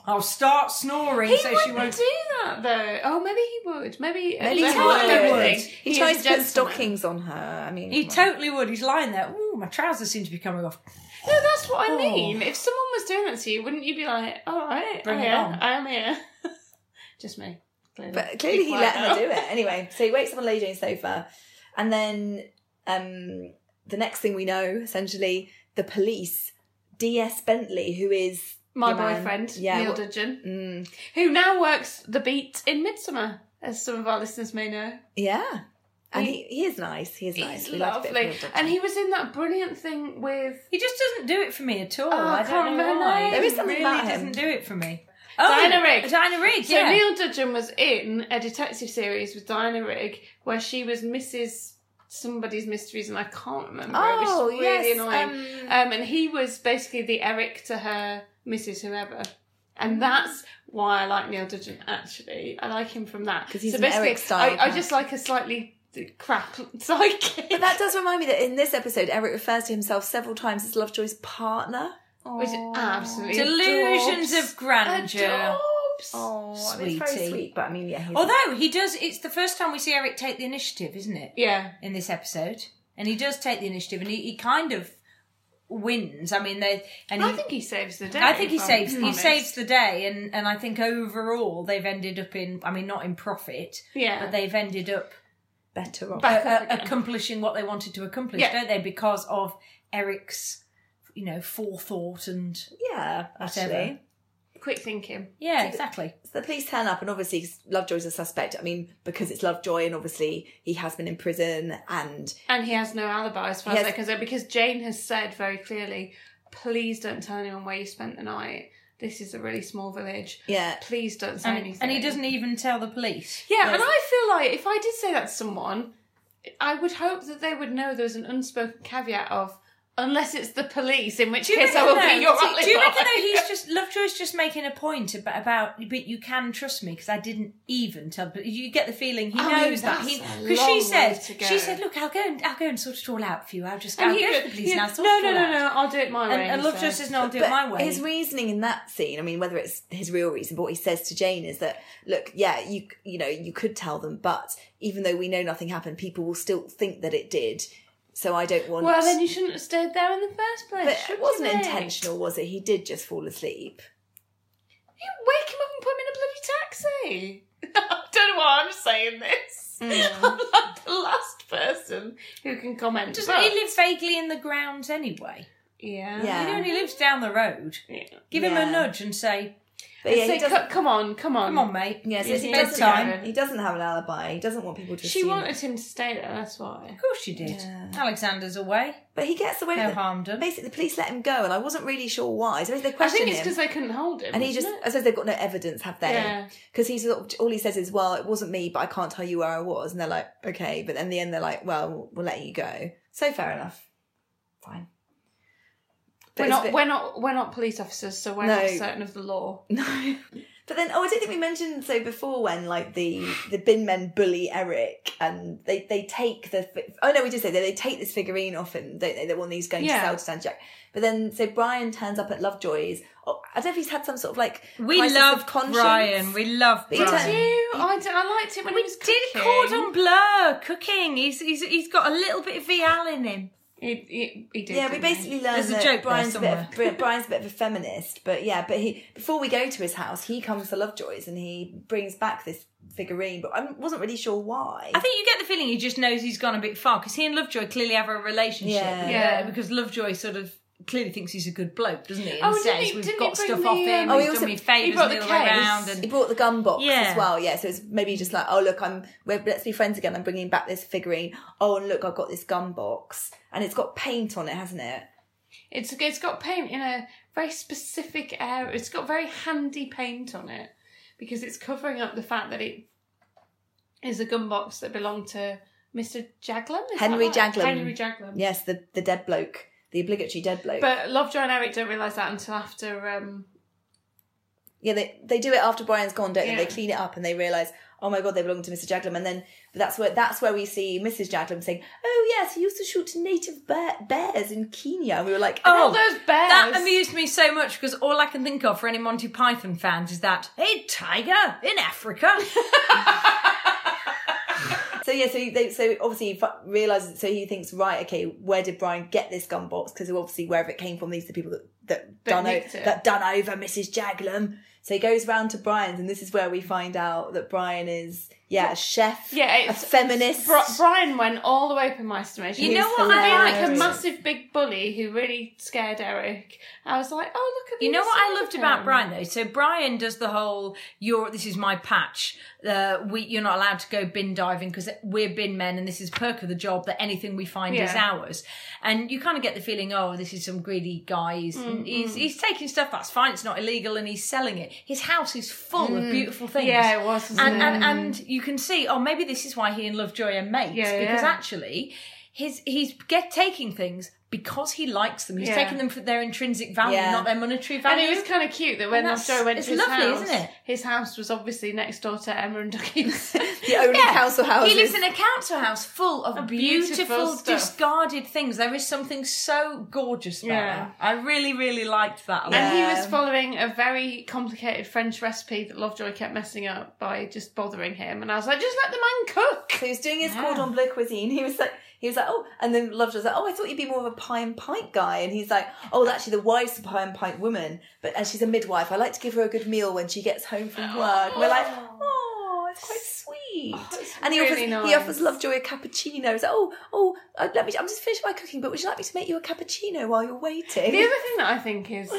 I'll start snoring He so she wouldn't won't. do that though. Oh, maybe he would. Maybe, Maybe he uh, totally everything. would. He, is tries a to put gentleman. stockings on her. I mean, He well, totally would. He's lying there. Ooh, my trousers seem to be coming off. No, that's what Oh. I mean. If someone was doing that to you, wouldn't you be like, "All right, Bring I'm it here. on." I am here." Just me. Clearly. but clearly Be he quiet let now. her do it anyway. So he wakes up on Lady Jane's sofa, and then um, the next thing we know, essentially, the police, D.S. Bentley, who is My your man- boyfriend, yeah, Neil what- Dudgeon, mm, who now works the beat in Midsummer, as some of our listeners may know. yeah, and he, he is nice. He is nice. He's We like a bit of lovely, Neil Dodson. and he was in that brilliant thing with He just doesn't do it for me at all. Oh, I I don't can't know remember her why. name. There is He something really about him. doesn't do it for me. Diana Rigg. Diana Rigg. So yeah. Neil Dudgeon was in a detective series with Diana Rigg where she was Mrs. Somebody's Mysteries, and I can't remember. Oh, it was really yes, annoying. um, Um, and he was basically the Eric to her Mrs. Whoever. Mm. And that's why I like Neil Dudgeon, actually. I like him from that. 'Cause he's so an basically, Eric-style I, I just like a slightly crap psychic. But that does remind me that in this episode, Eric refers to himself several times as Lovejoy's partner. Which absolutely Delusions adorbs. of grandeur. Adorbs. Oh, I mean, it's very Sweetie. sweet, but I mean, yeah. he's- Although he does, it's the first time we see Eric take the initiative, isn't it? Yeah. In this episode, and he does take the initiative, and he, he kind of wins. I mean, they and he, I think he saves the day. I think he if I'm saves he honest. saves the day, and and I think overall they've ended up in I mean not in profit, Yeah. but they've ended up better off. But- uh, up uh, again. accomplishing what they wanted to accomplish, Yeah. don't they? Because of Eric's you know forethought and yeah, Whatever. actually. Quick thinking. yeah exactly. So the police turn up, and obviously 'cause Lovejoy's a suspect. I mean, because it's Lovejoy, and obviously he has been in prison, and And he has no alibi as far He as they're has- concerned because Jane has said very clearly, please don't tell anyone where you spent the night. This is a really small village. yeah, Please don't say And, anything. and he doesn't even tell the police. Yeah, and I feel like if I did say that to someone, I would hope that they would know there was an unspoken caveat of, Unless it's the police, in which Do you case I will reckon be though- your do- rally Do you boy. reckon though he's just Lovejoy's just making a point about, about but you can trust me because I didn't even tell. But you get the feeling he I mean, knows that Oh, that's he a because long she way said to go. she said look I'll go and I'll go and sort it all out for you. I'll just go, And I'll he go to goes- the police he- and I'll sort no, it no, all no, out." no, I'll do it my And, way. and Lovejoy says no, I'll do it But my way. His reasoning in that scene, I mean, whether it's his real reason, but what he says to Jane is that, look, yeah, you you know, you could tell them, but even though we know nothing happened, people will still think that it did. So I don't want. Well, then you shouldn't have stayed there in the first place. but should it wasn't you, mate? intentional, was it? He did just fall asleep. You wake him up and put him in a bloody taxi. I don't know why I'm saying this. Mm. I'm like the last person who can comment. Doesn't but- he live vaguely in the grounds anyway? Yeah. Yeah. He only lives down the road. yeah. Give him Yeah. a nudge and say, But yeah, Say, he doesn't. "Co- come on, come on. "Come on, mate." Yeah, so It's he doesn't, bedtime. have, he doesn't have an alibi. He doesn't want people to. She assume- wanted him to stay there, that's why. Of course you did. Yeah. Alexander's away. but he gets away No with it. harm done. Basically, the police let him go, and I wasn't really sure why. So they I questioned think it's him. because they couldn't hold him. And he just, wasn't it? I suppose they've got no evidence, have they? Yeah. Because he's sort of, all he says is, "Well, it wasn't me, but I can't tell you where I was." And they're like, "Okay," but then in the end, they're like, "Well, we'll, we'll let you go." So fair enough, fine. But We're it's not, a bit- we're not, we're not police officers, so we're No. not certain of the law. no. But then, oh, I don't think we mentioned so before when like the the bin men bully Eric and they they take the fi- oh no we did say that they take this figurine off him don't they the one that he's going Yeah. to sell to Stan Jack. But then so Brian turns up at Lovejoy's. Oh, I don't know if he's had some sort of like We crisis of love conscience. Brian. We love But he Brian. turns- Do you? I, d- I liked it when he was did cooking. cordon bleu cooking. He's, he's he's got a little bit of Vial in him. He, he, he did. Yeah, we didn't he? basically learn There's a that joke there Brian's a bit of, somewhere. Bri- Brian's a bit of a feminist, but yeah, but he before we go to his house, he comes to Lovejoy's and he brings back this figurine, but I wasn't really sure why. I think you get the feeling he just knows he's gone a bit far because he and Lovejoy clearly have a relationship. Yeah. Yeah. Because Lovejoy sort of clearly thinks he's a good bloke, doesn't he? And Oh, says didn't he- we've didn't he got bring stuff the, off um, him. Oh, he he's also- done me he favours brought and the the other way case. around. he And brought the gum box Yeah. as well, yeah. So it's maybe just like, oh look, I'm we're, let's be friends again. I'm bringing back this figurine. Oh, and look, I've got this gum box, and it's got paint on it, hasn't it? It's it's got paint in a very specific area. It's got very handy paint on it because it's covering up the fact that it is a gun box that belonged to Mr. Jaglam. Is that Henry right? Jaglam. Henry Jaglam. Yes, the the dead bloke, the obligatory dead bloke. Um, But Lovejoy and Eric don't realise that until after. Um, Yeah, they, they do it after Brian's gone, don't Yeah. they? They clean it up and they realise, oh my god, they belong to Mr. Jaglam. And then that's where that's where we see Mrs. Jaglam saying, oh yes, he used to shoot native bear, bears in Kenya. And we were like, all Oh, those bears. that amused me so much because all I can think of for any Monty Python fans is that, hey, tiger in Africa. so yeah, so they, so obviously he fu- realises. So he thinks, right, okay, where did Brian get this gun box? Because obviously wherever it came from, these are the people that That that, done o- nicked it. that done over Mrs. Jaglam. So he goes round to Brian's, and this is where we find out that Brian is yeah a chef, yeah, a it's feminist. Bri- Brian went all the way up in my estimation. You He know was what I being like a hilarious. massive big bully who really scared Eric. I was like, oh look at the You know other what I side loved of about him. Brian though. So Brian does the whole "you're this is my patch. Uh, we you're not allowed to go bin diving because we're bin men, and this is perk of the job that anything we find is Yeah. ours." And you kind of get the feeling, "Oh, this is some greedy guy. He's Mm-hmm. he's, he's taking stuff that's fine. It's not illegal, and he's selling it. His house is full of beautiful things. Mm. Yeah, it was. wasn't And, it? and and you can see, oh, maybe this is why he and Lovejoy are mates Yeah, because yeah. actually, his he's get taking things because he likes them. He's Yeah. taking them for their intrinsic value, Yeah. not their monetary And value. it was kind of cute that when And the that's- story went it's to his lovely, house, isn't it? his house was obviously next door to Emma and Dougie's. the only Yeah. council house. He lives in a council house full of beautiful, beautiful stuff. discarded things. There is something so gorgeous about Yeah. it. I really, really liked that. a lot. and he Yeah. was following a very complicated French recipe that Lovejoy kept messing up by just bothering him. And I was like, just let the man cook. So he was doing his cordon bleu cuisine. He was like, he was like, oh, and then Lovejoy was like, oh, I thought you'd be more of a pie and pint guy. And he's like, oh, actually, the wife's a pie and pint woman, but and she's a midwife. I like to give her a good meal when she gets home from work. We're like, oh, it's quite sweet. it's and he really offers he nice. offers Lovejoy a cappuccino. He's like, oh, oh, uh, let me. I'm just finished my cooking, but would you like me to make you a cappuccino while you're waiting? The other thing that I think is,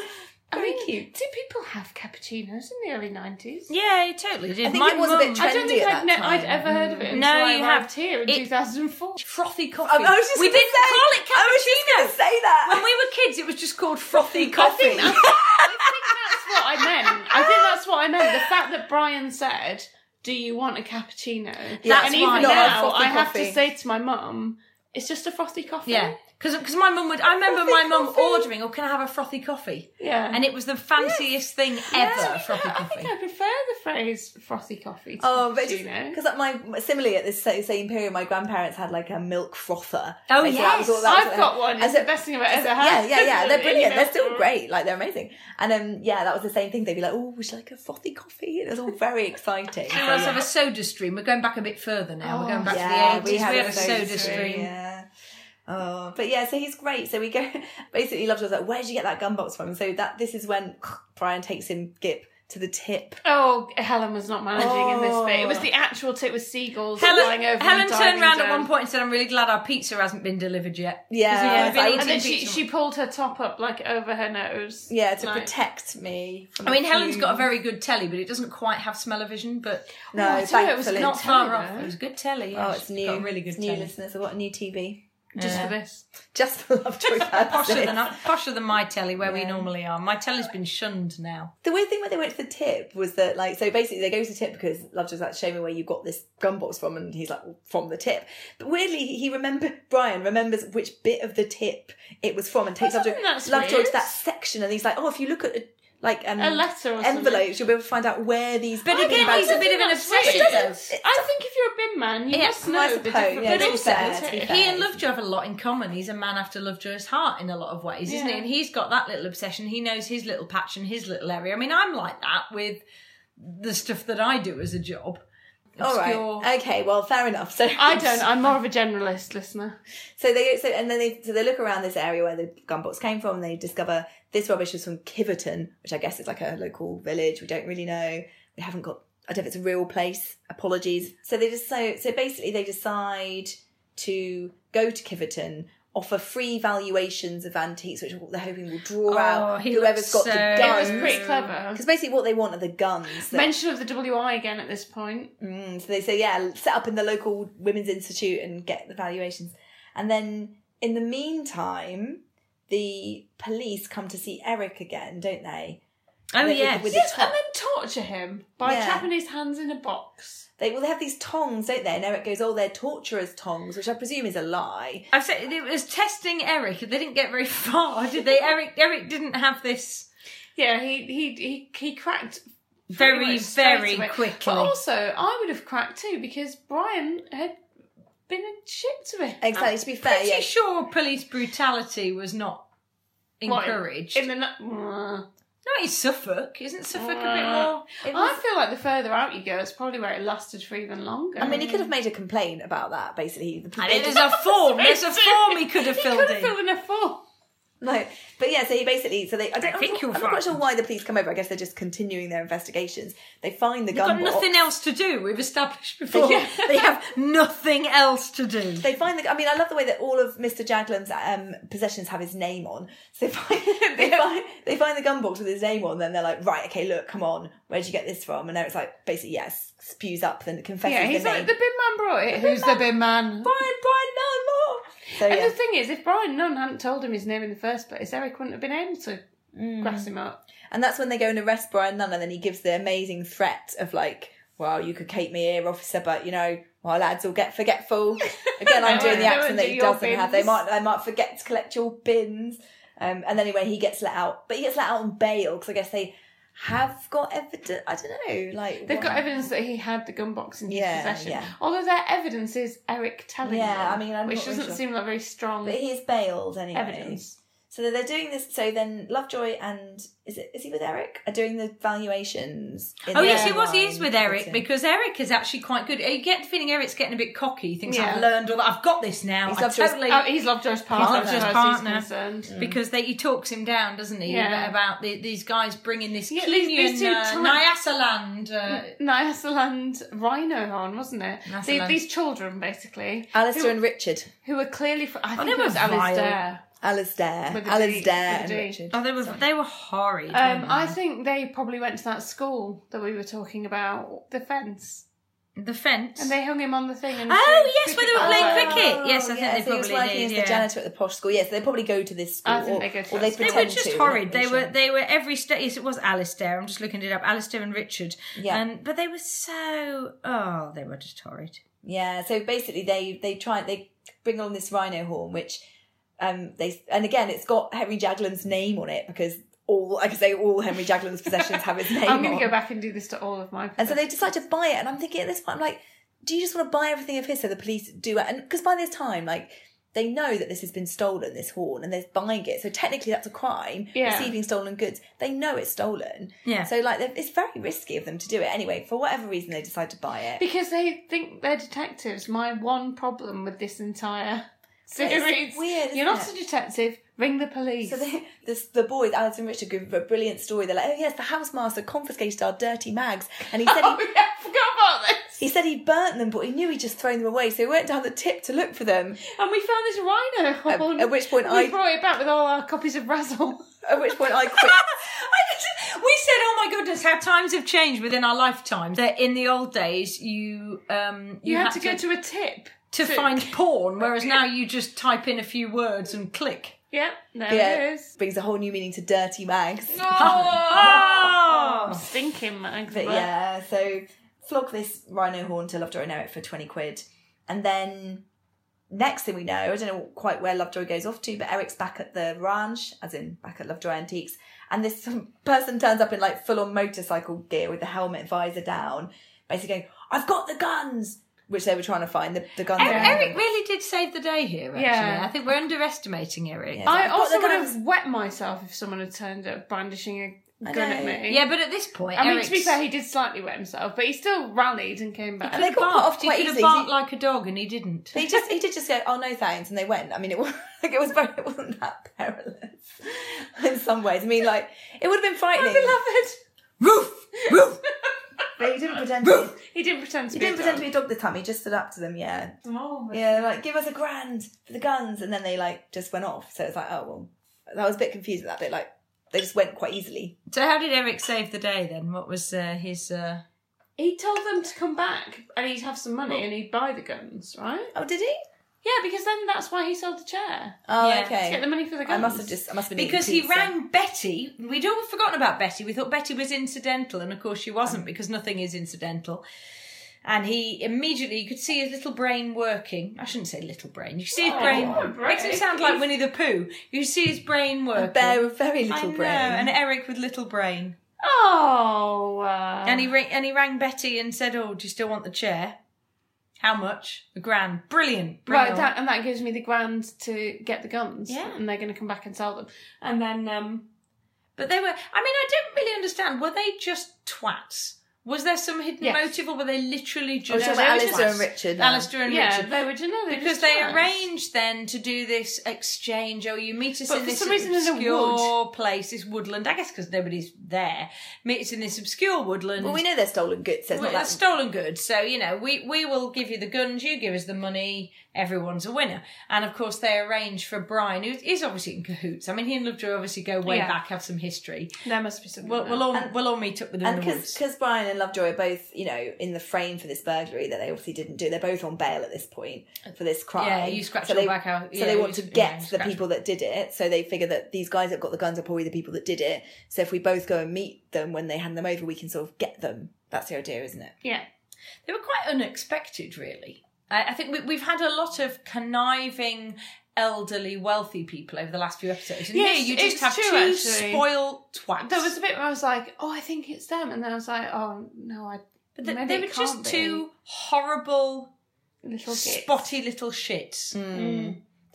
I Very mean, cute. did people have cappuccinos in the early 90s? yeah, he totally did. I think My it was a bit mum- I don't trendy think at I'd, that ne- time. I'd ever heard of it. No, until I you arrived have- here in it- 2004. frothy I coffee. was just we gonna didn't say- call it I was just cappuccino. gonna say that. when we were kids, it was just called frothy coffee. Coffee. That's what I meant. I think that's what I meant. The fact that Brian said, "Do you want a cappuccino?" Yeah, and that's even why. Not a now, frothy I have coffee. to say to my mum, "It's just a frothy coffee." Yeah. Because my mum would, I remember my mum ordering, "Oh, can I have a frothy coffee?" Yeah. and it was the fanciest thing ever, frothy I coffee. think I prefer the phrase frothy coffee to Oh, but you know. because my similarly at this sa- same period, my grandparents had like a milk frother. Oh, Like, I've yes. what- got one. and It's so- the best thing I've ever yeah, had. yeah, yeah. They're brilliant. They're still Yeah. great. Like they're amazing. And um, yeah, that was the same thing. They'd be like, "Oh, would you like a frothy coffee?" It was all very exciting. So, We also have a soda stream. We're going back a bit further now. We're going back Oh, yeah, to the 80s. We had, a soda, stream. Yeah. Oh, but yeah, so he's great. So we go. Basically, Lovejoy's like, "Where did you get that gun box from?" So that this is when Brian takes him Gip to the tip. Oh, Helen was not managing in this bit. It was Oh. the actual tip with seagulls Helen, flying over. and Helen turned diving around down. at one point and said, I'm really glad our pizza hasn't been delivered yet. Yeah, Yeah, it's like, really and then Tin she, pizza. she pulled her top up like over her nose. yeah, to Like- protect me. from I mean, the Helen's got fumes. a very good telly, but it doesn't quite have smell-o-vision, but No, Oh, I tell you, it was thankfully. not telly, far off. though. It was a good telly. Yeah. Oh, it's She's new. Got a really good it's new telly. listeners. I've got a new TV. Just Yeah. for this. Just for Lovejoy purposes. Posher than, our- posher than my telly, where we Yeah. normally are. My telly's been shunned now. The weird thing when they went to the tip was that, like, so basically they go to the tip because Lovejoy's like, show me where you got this gun box from, and he's like, well, from the tip. But weirdly, he remember Brian remembers which bit of the tip it was from, and takes Well, Lovejoy, something that's Lovejoy to weird. that section, and he's like, oh, if you look at like um, A letter or something. envelopes, you'll be able to find out where these. But gun again, bags he's a are." bit of an That's obsession, weird. though. I think if you're a bin man, you Yeah, must well, know I the suppose, difference. yeah, but to be also, fair, to be fair. He and Lovejoy have a lot in common. He's a man after Lovejoy's heart in a lot of ways, isn't he? Yeah. And he's got that little obsession. He knows his little patch and his little area. I mean, I'm like that with the stuff that I do as a job. All Obscure. right. Okay. Well, fair enough. So I don't. I'm more of a generalist listener. So they so and then they so they look around this area where the gunbox came from. and They discover this rubbish is from Kiverton, which I guess is like a local village. We don't really know. We haven't got. I don't know if it's a real place. Apologies. So they just so so basically they decide to go to Kiverton, offer free valuations of antiques, which they're hoping will draw Oh, out he whoever's got looks the so- It was guns. pretty clever. Because basically what they want are the guns. that- Mention of the WI again at this point. Mm, so they say, yeah, set up in the local women's institute and get the valuations. And then in the meantime, the police come to see Eric again, don't they? Oh, With- yes. with- with- Yes, and then torture him by Yeah. trapping his hands in a box. They well, they have these tongs, don't they? And Eric goes, "Oh, they're torturers' tongs," which I presume is a lie. I said it was testing Eric. They didn't get very far, did they? Eric Eric didn't have this Yeah, he he he, he cracked pretty very much straight very away. quickly. But also, I would have cracked too because Brian had been a shit to me. Exactly. to be fair, Pretty yeah. sure police brutality was not What, encouraged. In the nu- Not in Suffolk, isn't Suffolk a bit Uh, more? Oh, It I was- feel like the further out you go, it's probably where it lasted for even longer. I mean, he could have made a complaint about that. Basically, the I mean, there's a form. There's a form he could have he filled could have in. filled in a form. No, but yeah, so he basically, so they, I don't, I I think am you'll not quite find- sure why the police come over. I guess they're just continuing their investigations. They find the They've got gun box. nothing else to do. We've established before. Yeah. They have nothing else to do. They find the. I mean, I love the way that all of Mr. Jaglam's um, possessions have his name on. So they find, they find they find the gun box with his name on. Then they're like, right, okay, look, come on, where'd you get this from? And now it's like basically, yes, spews up, then confesses Yeah, he's the like, name. the bin man brought it. Who's the bin man? Brian, Brian, no more. So And yeah, the thing is, if Brian Nunn hadn't told him his name in the first place, Eric wouldn't have been able to grass him up. and that's when they go and arrest Brian Nunn, and then he gives the amazing threat of like, well, you could keep me here, officer, but you know. My lads will get forgetful. Again, I'm They doing won't- the they accent won't that do he your doesn't have. They bins. might, they might forget to collect your bins. Um, and anyway, he gets let out, but he gets let out on bail because I guess they have got evidence. I don't know, like They've got what- evidence that he had the gun box in his Yeah, possession. yeah. Although their evidence is Eric telling Yeah, them, I mean, I'm which not really doesn't sure. seem like very strong But he is bailed anyway. evidence. So they're- they're doing this. So then Lovejoy and is it is he with Eric? Are doing the valuations? in Oh the yes, he was. He airline is with Eric meeting. because Eric is actually quite good. You get the feeling Eric's getting a bit cocky. He thinks Yeah. I've learned all that. I've got this now. He's I Lovejoy's- totally Oh, he's Lovejoy's partner. Lovejoy's as far as partner. He's concerned. because they, he talks him down, doesn't he? Mm. Yeah. About the, these guys bringing this Yeah, yeah, these- these two Mm. uh, tiny- Nyasaland. Uh, Nyasaland rhino horn, wasn't it? Nyasaland. The, Uh, these children, basically, Alistair and Richard. who were clearly. fr- I think they it was were vile. Alistair. Alistair. With the D, with Alistair the and D. Richard. oh, they were they were horrid. Um, weren't I think they probably went to that school that we were talking about, the fence, they? the fence. and they hung him on the thing. And Oh, said, yes, where they were cricket playing ball. cricket. Yes, I think they so he was probably working did, as yeah. the janitor at the posh school. Yes, they probably go to this school. I think or, they go to or that they school. they pretend were just to, horrid. I'm They not were sure. they were every step. Yes, it was Alistair. I'm just looking it up. Alistair and Richard. Yeah. And but they were so oh they were just horrid. Yeah, so basically they they try they bring on this rhino horn, which Um, they and again, it's got Henry Jaglin's name on it because all I can say all Henry Jaglin's possessions have his name. I'm going on. to go back and do this to all of my. And so they decide to buy it. And I'm thinking at this point, I'm like, do you just want to buy everything of his so the police do it? And because by this time, like, they know that this has been stolen, this horn, and they're buying it. So technically, that's a crime. Yeah. Receiving stolen goods. They know it's stolen. Yeah. So, like, they're- it's very risky of them to do it. Anyway, for whatever reason, they decide to buy it. because they think they're detectives. My one problem with this entire it's series, weird, isn't You're not it? a detective. Ring the police. So they, this, the boys, Alice and Richard, give a brilliant story. They're like, oh, yes, the housemaster confiscated our dirty mags. And he said he oh yeah, I forgot about this. He said he burnt them, but he knew he'd just thrown them away, so he went down the tip to look for them. And we found this rhino At- horn. at which point we I- brought it back with all our copies of Razzle. At which point I quit. I just- we said, "Oh my goodness, how times have changed within our lifetime." That in the old days, you um, You, had, to, go to a tip to find porn, whereas now you just type in a few words and click. Yeah, there Yeah, it is. brings a whole new meaning to dirty mags. Oh, stinking mags. But yeah, so flog this rhino horn to Lovejoy and Eric for 20 quid. And then next thing we know, I don't know quite where Lovejoy goes off to, but Eric's back at the ranch, as in back at Lovejoy Antiques. And this person turns up in like full on motorcycle gear with the helmet visor down, basically going, I've got the guns! Which they were trying to find, the, the guns. Er- they were Eric really did save the day here. Actually, Yeah. I think we're underestimating Eric. Yeah. Yeah. I I've got also the would guns. have wet myself if someone had turned up brandishing a I gun at know. me. but at this point, I mean, to be Eric's- fair, he did slightly wet himself, but he still rallied and came back. And they got put barked. off He quite could have easily. barked like a dog, and he didn't. He just he did just go, oh no thanks, and they went. I mean, it was like it was very it wasn't that perilous in some ways. I mean, like it would have been frightening, Beloved. Roof, roof. but he didn't pretend. To, He didn't pretend to he be. didn't pretend to be a dog this time. He just stood up to them. Yeah, yeah. Like give us a grand for the guns, and then they like just went off. So it's like, oh well, that was a bit confusing. That bit like they just went quite easily. So, how did Eric save the day then? What was uh, his? Uh... He told them to come back and he'd have some money and he'd buy the guns, right? Oh, did he? Yeah, because then that's why he sold the chair. Oh, Yeah. To get the okay. money for the I guns. must have just I must have been Because eating he pizza. rang Betty. We'd all forgotten about Betty. We thought Betty was incidental, and of course she wasn't, because nothing is incidental. And he immediately, you could see his little brain working. I shouldn't say little brain. You see his Oh, brain. what a Makes him break. sound like Winnie the Pooh. You see his brain working. a bear with very I little know, brain. and Eric with little brain. Oh. Uh, And he ra- and he rang Betty and said, "Oh, do you still want the chair? How much? A grand. Brilliant. Bring Right, on. that, and that gives me the grand to get the guns. Yeah. And they're going to come back and sell them. And then, um, But they were. I mean, I don't really understand. Were they just twats? Was there some hidden Yes. Oh, motive, or were they literally I was talking just? Yeah, about they were Alistair just- and Richard. now. Alistair and uh, yeah, Richard. they were, you know, they were Because just they twats. arranged then to do this exchange. Oh, you meet us But in for this some reason in a obscure place, this woodland. I guess because nobody's there. Meet us in this obscure woodland. Well, we know they're stolen goods, so it's Well, not it's that stolen goods. So, you know, we, we will give you the guns, you give us the money, everyone's a winner. And of course, they arrange for Brian, who is obviously in cahoots. I mean, he and Lovejoy obviously go way Yeah. back, have some history. There must be something. We'll, there. we'll, all, we'll all meet up with them And in the woods. because Brian and Lovejoy are both, you know, in the frame for this burglary that they obviously didn't do, they're both on bail at this point for this crime. Yeah, you scratch so your they, back out. So Yeah, they you want to s- yeah, get you the scratch- people that did it. So they figure that these guys that got the guns are probably the people that did it. So if we both go and meet them when they hand them over, we can sort of get them. That's the idea, isn't it? Yeah. They were quite unexpected, really. I, I think we, we've had a lot of conniving, elderly, wealthy people over the last few episodes. And Yes, here you just it's have true, two actually. spoiled twats. There was a bit where I was like, oh, I think it's them. And then I was like, oh, no, I. but they, maybe they it were can't just be. two horrible, little gits. spotty little shits.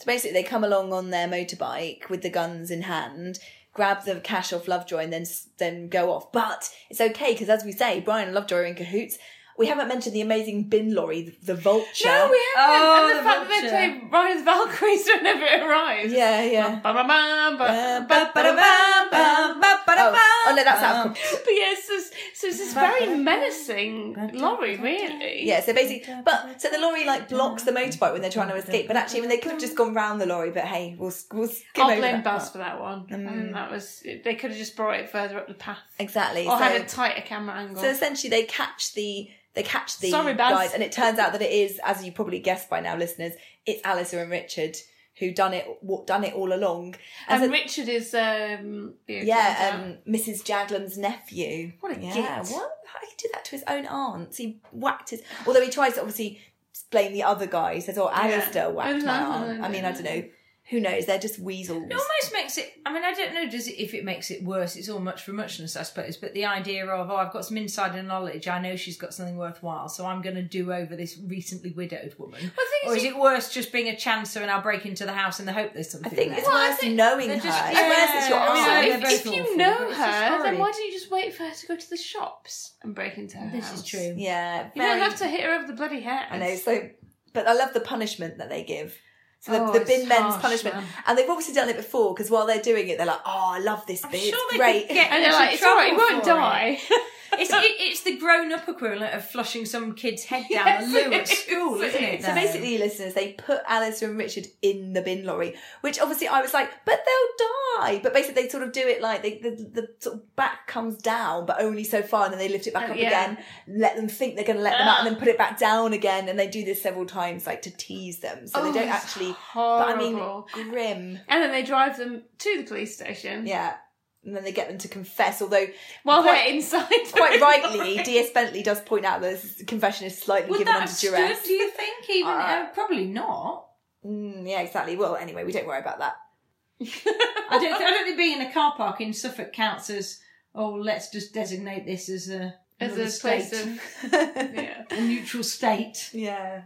So basically, they come along on their motorbike with the guns in hand, grab the cash off Lovejoy, and then then go off. But it's okay because, as we say, Brian and Lovejoy are in cahoots. We haven't mentioned the amazing bin lorry, the, the vulture. No, we haven't. Oh, and the the fact that they play vulture. Ryan's Valkyries whenever it arrives. Yeah, yeah. Ba, ba, ba, ba, ba, ba, ba, ba. Oh, Oh, oh no, that's out of But yes, there's- so it's this very menacing lorry, really. Yeah, so basically, but so the lorry like blocks the motorbike when they're trying to escape. But actually, when they could have just gone round the lorry, but hey, we'll we'll skip I'll over blame that Buzz part. Mm. for that one. I think that was they could have just brought it further up the path Exactly. or so, had a tighter camera angle. so essentially, they catch the they catch the Sorry, Baz. guys, and it turns out that it is, as you probably guessed by now, listeners, it's Alistair and Richard who done it, what done it all along. and And, so- Richard is um yeah, yeah, um, Mrs. Jaglam's nephew. What a yeah, git. what? How he did that to his own aunt? He whacked his. Although he tries to obviously blame the other guy. He says, "Oh, Alistair whacked Oh, my no, aunt." no, I no, mean, I no. don't know who knows? They're just weasels. It almost makes it. I mean, I don't know. Does it if it makes it worse? It's all much for muchness, I suppose. But the idea of oh, I've got some insider knowledge. I know she's got something worthwhile, so I'm going to do over this recently widowed woman. Well, the thing Or is, is it worse just being a chancer and I'll break into the house in the hope there's I something? think there? it's Well, I worth think knowing her. they're It's just- worse it's your yeah, I mean, aunt. they're also, if, if both you awful, but know it's just her, then horrid. why don't you just wait for her to go to the shops and break into her This house? is true. Yeah, You very- don't have to hit her over the bloody head. I know. So, but I love the punishment that they give. So the, Oh, the it's bin men's harsh, punishment, man. and they've obviously done it before because while they're doing it, they're like, "Oh, I love this I'm bit. sure it's they great." could get And they're into like, it's all right, he trouble won't for it. die. It's, it, it's the grown up equivalent of flushing some kid's head down Yes, the loo it at school, is. isn't it? So though? basically, listeners, they put Alice and Richard in the bin lorry, which obviously I was like, but they'll die. But basically, they sort of do it like they, the, the sort of back comes down, but only so far, and then they lift it back Oh, up yeah. again, let them think they're going to let them out, and then put it back down again. And they do this several times, like to tease them. So they don't it's actually. But I mean, Horrible. grim. and then they drive them to the police station Yeah. And then they get them to confess, although while Quite- they're inside. the quite bin rightly, lorry. DS Bentley does point out that this confession is slightly Would given that under have stood, duress. do you think? Even Uh, uh, Probably not. Mm, yeah, exactly. Well, anyway, we don't worry about that. I don't, I don't think being in a car park in Suffolk counts as, oh, let's just designate this as a, As another a place state, of. Yeah. a neutral state. yeah.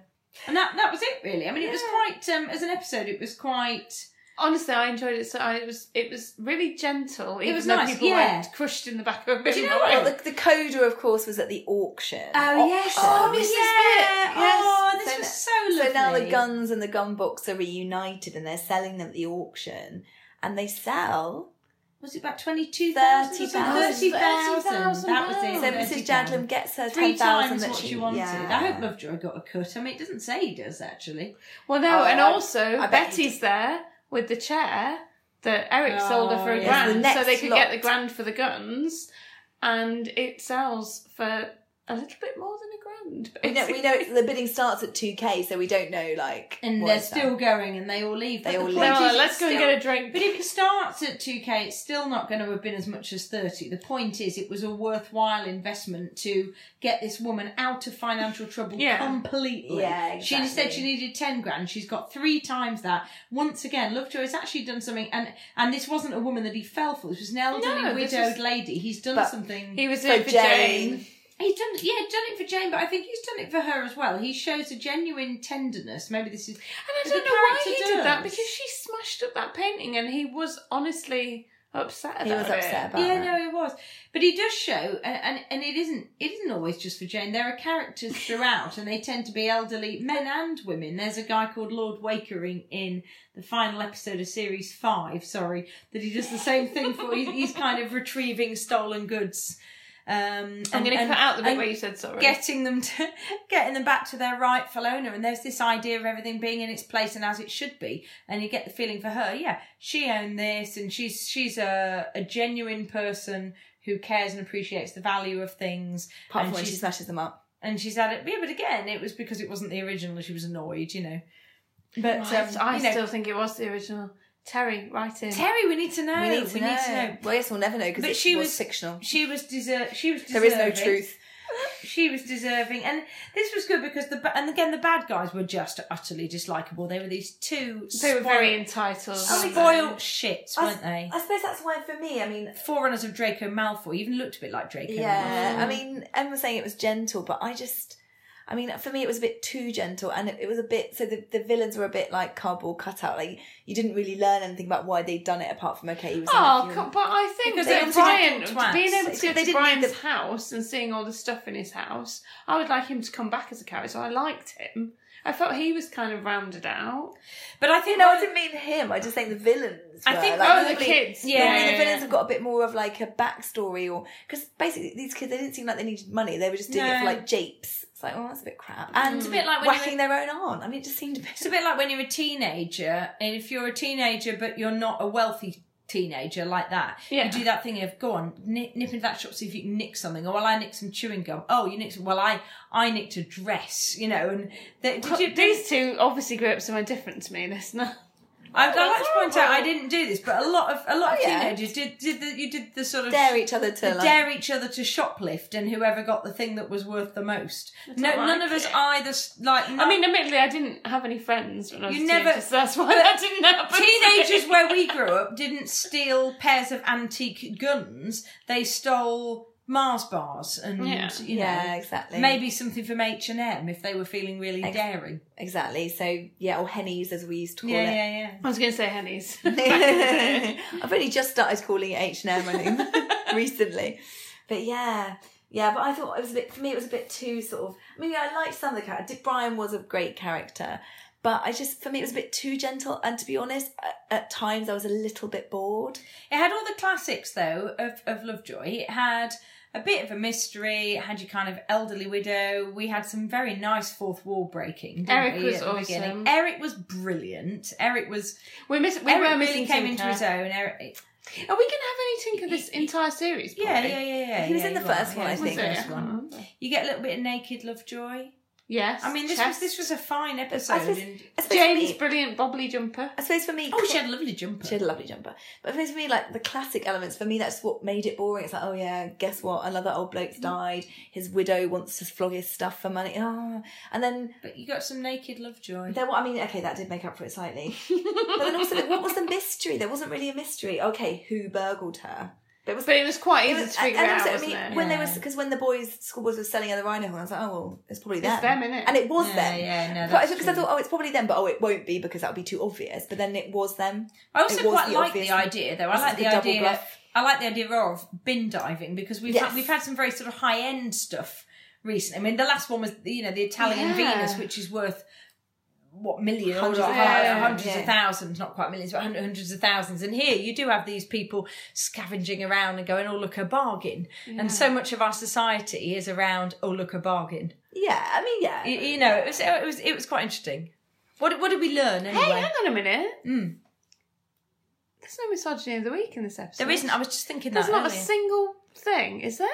And that, that was it, really. I mean, it was quite, um, as an episode, it was quite. Honestly, I enjoyed it. So I, it was it was really gentle. even was though nice, People yeah. went crushed in the back of a bin. Do you know lorry. Well, the, the coda, of course, was at the auction. yes. Oh, Mrs. Mrs. Bit. Bit. Yes. uh, Oh, this So was that- so lovely. So now the guns and the gun box are reunited and they're selling them at the auction. And they sell. Was it about 22,000? 30,000. 30,000. That was So it. Oh, Mrs. 30,000. Jadlam gets her Three 10,000 times that what she, she wanted. Yeah. I hope Lovejoy got a cut. I mean, it doesn't say he does, actually. Well, no, Oh, and I- also I bet you Betty's there with the chair that Eric Oh, sold her for a yes, the grand, so next they could lot. get the grand for the guns, and it sells for a little bit more than a grand. We know, basically. we know it's, the bidding starts at 2K, so we don't know, like. And what they're it's at. still going and they all leave. They But all the leave. They point were like, is it's let's go and still- get a drink. But if it starts at 2k, it's still not going to have been as much as 30. The point is, it was a worthwhile investment to get this woman out of financial trouble Yeah. completely. Yeah, She said exactly. she needed 10 grand. She's got three times that. Once again, Lovejoy has actually done something, and, and this wasn't a woman that he fell for. This was an elderly, No, this widowed was- lady. He's done But something. he was So in for Jane. Jane. He's done, yeah, done it for Jane, but I think he's done it for her as well. He shows a genuine tenderness. Maybe this is. And I The don't know why he character did that does. because she smashed up that painting, and he was honestly upset. About He was it. upset about Yeah, that. no, it was, but he does show, and, and and it isn't it isn't always just for Jane. There are characters throughout, and they tend to be elderly men and women. There's a guy called Lord Wakering in the final episode of series five. Sorry, that he does the same thing for. He's, he's kind of retrieving stolen goods. Um, I'm and- going to and- cut out the bit and where you said sorry. getting them to getting them back to their rightful owner and there's this idea of everything being in its place and as it should be and you get the feeling for her yeah she owned this and she's she's a, a genuine person who cares and appreciates the value of things Apart from and when she she's- smashes them up. and she's had it yeah but again it was because it wasn't the original and she was annoyed you know but Right, um, I you know, still think it was the original. Terry, right in. Terry we need to know we need to, we know. need to know Well, yes, we'll never know because But it she was, was- fictional. she was deser- she was There is no deserving. truth. she was deserving and this was good because the ba- and again the bad guys were just utterly dislikable they were these two they were spoiled, very entitled. Spoiled- weren't spoiled shits I- weren't they I suppose that's why for me, I mean, forerunners of draco malfoy even looked a bit like draco yeah, malfoy. I mean, Em was saying it was gentle, but I just, I mean, for me, it was a bit too gentle, and it, it was a bit. So the, the villains were a bit like cardboard cutout. Like you didn't really learn anything about why they'd done it, apart from okay, he was. they? in a Oh, few- co- but I think Because that they were Brian, different twats. being able to They go didn't need to Brian's the- house and seeing all the stuff in his house, I would like him to come back as a character. I liked him. I felt he was kind of rounded out. but i think no, I didn't mean him. I just think the villains. I were, think- like, oh, the normally- kids. yeah, normally yeah, the yeah. villains have got a bit more of like a backstory, or because basically these kids they didn't seem like they needed money; they were just doing it for No. like japes. It's like, oh, that's a bit crap, and It's a bit like when you whacking their own aunt. I mean, it just seemed a bit. it's a bit like when you're a teenager and if you're a teenager but you're not a wealthy teenager like that Yeah. you do that thing of go on nip, nip into that shop see if you can nick something or well i nicked some chewing gum oh you nicked well i i nicked a dress you know and they, did you These two obviously grew up somewhere different to me, listener. I've got That's to point out I didn't do this, but a lot of a lot Oh, of yeah. teenagers did did the, you did the sort of Dare each other to they like. dare each other to shoplift, and whoever got the thing that was worth the most. No, don't none like of us it. either. s- Like, I none- mean, admittedly, I didn't have any friends when I was You you never- never. So that's why that didn't happen. to me. teenagers where we grew up didn't steal pairs of antique guns. They stole Mars bars, and Yeah. you know. yeah, exactly. Maybe something from H and M if they were feeling really Ex- daring. exactly. So yeah, or hennies as we used to call Yeah, it. yeah, yeah. I was going to say Henny's. I've only just started calling it H and M. I think recently, but yeah, yeah. But I thought it was a bit for me. It was a bit too sort of. I mean, I liked some of the characters. Brian was a great character, but I just for me it was a bit too gentle. And to be honest, at, at times I was a little bit bored. It had all the classics though of, of Lovejoy. It had a bit of a mystery. It had your kind of elderly widow. We had some very nice fourth wall breaking. didn't Eric we, was at the awesome. beginning? Eric was brilliant. Eric was. we miss, we Eric were missing really came into Tinker. his own. Eric. Are we going to have any Tinker this entire series? Yeah, yeah, probably? yeah, yeah. He was yeah, in the you are, first one, yeah, I he was in think. the first Yeah. one. You get a little bit of naked Lovejoy. Yes. I mean, this was chest. this was a fine episode. I suppose, and- I suppose for Jane's me, brilliant bobbly jumper. I suppose for me, oh, she had a lovely jumper. She had a lovely jumper. But for me, like the classic elements, for me, that's what made it boring. It's like, oh yeah, guess what? Another old bloke's Mm-hmm. died. His widow wants to flog his stuff for money. Oh. And then, but you got some naked Lovejoy. then what? I mean, okay, that did make up for it slightly. but then also, like, what was the mystery? There wasn't really a mystery. Okay, who burgled her? But it was. But it was quite it easy was- to figure and out, also, I wasn't mean, it? when they Yeah. were because when the boys schoolboys were selling at the rhino horn, I was like, oh well, it's probably them. It's them, innit? And it was yeah, them. yeah, no. that's Because I true. thought, oh, it's probably them, but oh, it won't be because that would be too obvious. But then it was them. I also It was quite the like the obvious one. idea, though. I This like is the, the double idea. bluff. I like the idea of bin diving because we've Yes. had, we've had some very sort of high end stuff recently. I mean, the last one was you know the Italian Yeah. Venus, which is worth what millions, Hundreds or of hundreds, thousands, of yeah. thousands, not quite millions, but hun- hundreds of thousands. And here you do have these people scavenging around and going, "Oh look, a bargain!" Yeah. And so much of our society is around, "Oh look, a bargain." Yeah, I mean, yeah. You, you know, it was, it was it was quite interesting. What what did we learn anyway? Hey, hang on a minute. Mm. There's no misogyny of the week in this episode. There isn't. I was just thinking There's that. not a earlier. single thing, is there?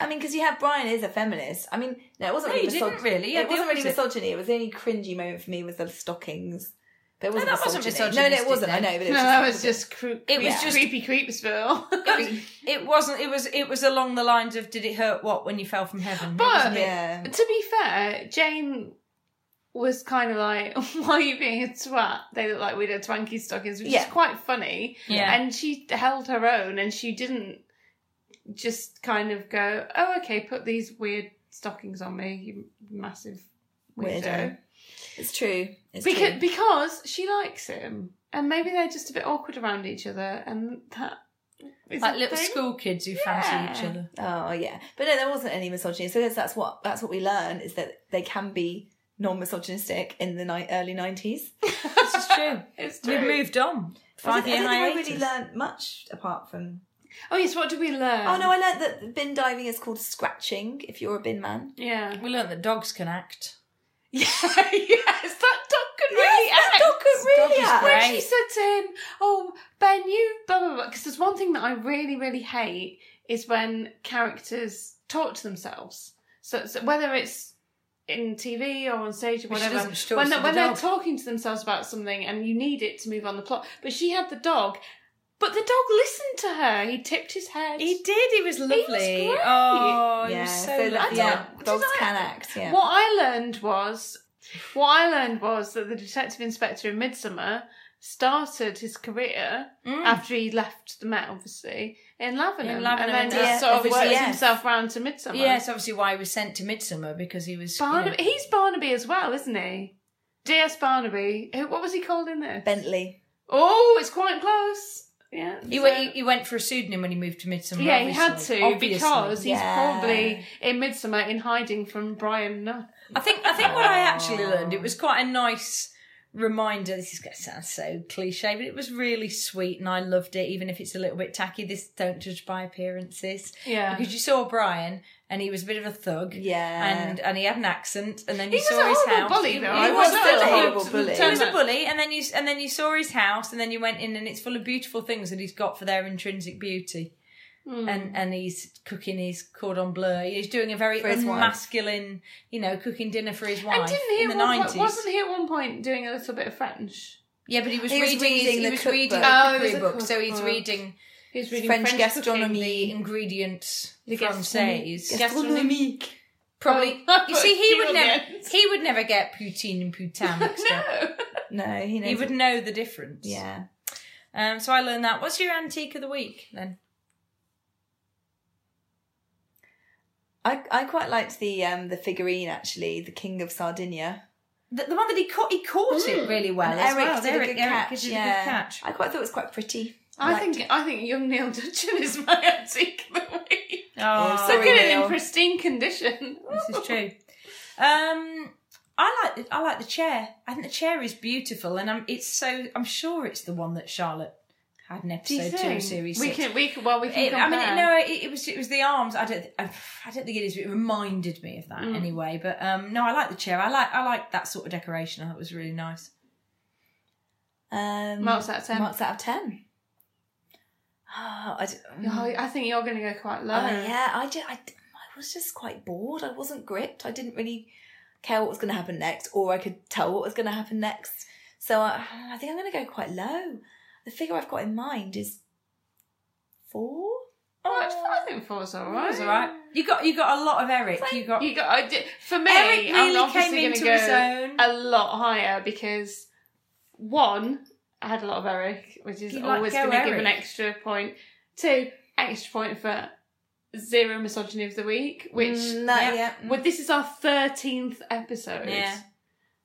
I mean, because you have Brian is a feminist. I mean, no, it wasn't No, really you didn't misog- really. Yeah, it the wasn't really opposite. misogyny. It was the only cringy moment for me was the stockings. But it wasn't that wasn't misogyny. No, no, misogynistic it wasn't. I then. know, but it No, was that just, was just cre- It was yeah. just- creepy creepsville. It wasn't. It was. It was along the lines of, "Did it hurt what when you fell from heaven?" It But- was a bit- yeah. to be fair, Jane was kind of like, "Why are you being a twat?" They look like widow twanky stockings, which Yeah. is quite funny. Yeah. and she held her own, and she didn't just kind of go, "Oh, okay, put these weird stockings on me, you massive weirdo,", Weirdo. It's true. It's because true. because she likes him, and maybe they're just a bit awkward around each other, and that is like a little thing. school kids who Yeah. fancy each other. Oh yeah, but no, there wasn't any misogyny. So that's- that's what that's what we learn is that they can be non-misogynistic in the ni- early nineties. This is true. It's We've true. moved on. I don't Five think year I hiatus. really learned much apart from. Oh yes, what did we Um, learn? oh no, I learned that bin diving is called scratching if you're a bin man. yeah. We learned that dogs can act. Yeah, yes, that dog could really Yes, that act. dog could really Dog is act. When Right. she said to him, "Oh, Ben, you blah blah blah," because there's one thing that I really really hate is when characters talk to themselves. So, so whether it's in TV or on stage or Which whatever, doesn't talk when, to they- the when they're dog. talking to themselves about something and you need it to move on the plot, but she had the dog, but the dog listened to her. He tipped his head. He did. He was lovely. great. Oh, he yeah, was so so lovely. that- I yeah, don't- dogs did I- can act. Yeah. What I learned was, what I learned was that the detective inspector in Midsummer started his career Mm. after he left the Met, obviously in Lavenham, In Lavenham, and then yeah, just sort of as well, worked yes. himself round to Midsummer. Yeah, it's obviously why he was sent to Midsummer because he was. you know- Barnaby. He's Barnaby as well, isn't he? D.S. Barnaby. Who- What was he called in this? Bentley. Oh, it's quite close. Yeah. He so- went, he, he went for a pseudonym when he moved to Midsummer. yeah, he had obviously. to Obviously. because he's Yeah. probably in Midsummer in hiding from Brian Nutt. I think I think what I Oh. actually learned it was quite a nice reminder. This is going to sound so cliche, but it was really sweet, and I loved it. Even if it's a little bit tacky, this don't judge by appearances Yeah. because you saw Brian and he was a bit of a thug, Yeah. and and he had an accent, and then you He was saw a his horrible house. bully, though. He I was will still say. a Horrible horrible bully. bully. He was a bully, and then you and then you saw his house, and then you went in, and it's full of beautiful things that he's got for their intrinsic beauty. Hmm. And and he's cooking his cordon bleu. He's doing a very For his wife. unmasculine, you know, cooking dinner for his wife And didn't he in at the one point, nineties. wasn't he at one point doing a little bit of French? Yeah, but he was, He was reading, reading his, the he was cookbook. reading Oh, the it was cookery a book, so he's cookbook. reading Who's reading French French, the gastronomy. ingredients The Francaise. Gastronomique. Probably. Oh, you see, he put would tea on never. the end. He would never get poutine and poutin mixed up. No. No, he knows. He would know the difference. Yeah. Um. So I learned that. What's your antique of the week then? I, I quite liked the um the figurine actually, the King of Sardinia. The, the one that he caught. He caught it really well. And as Eric well. did Mm. Eric, a good Eric catch. did yeah. a good catch. I quite thought it was quite pretty. I Liked think I think young Neil Dudgeon is my antique of the week. Oh, so Look at it Neil. in pristine condition. this is true. Um, I like the, I like the chair. I think the chair is beautiful, and I'm it's so I'm sure it's the one that Charlotte had in Do you episode two think? of series we six. can we can well we can It- I compare. mean, it, no, it, it was it was the arms. I don't I, I don't think it is. But it reminded me of that Mm. anyway. But um, no, I like the chair. I like I like that sort of decoration. I thought it was really nice. Um, Marks out of 10. Marks out of ten. Oh, I d- mm. Oh, I think you're going to go quite low. Oh, yeah, I just, I, d- I was just quite bored. I wasn't gripped. I didn't really care what was going to happen next, or I could tell what was going to happen next. So I, I think I'm going to go quite low. The figure I've got in mind is four. Oh, I think four's all That right. was all right. You got you got a lot of Eric. you got You got I did- for me. Eric I'm really came obviously going into to go uh, his own. a lot higher because one, I had a lot of Eric, which is You like always go going to give an Eric. extra point. Two, extra point for zero misogyny of the week, which Mm, that- yeah. well, this is our thirteenth episode. Yeah.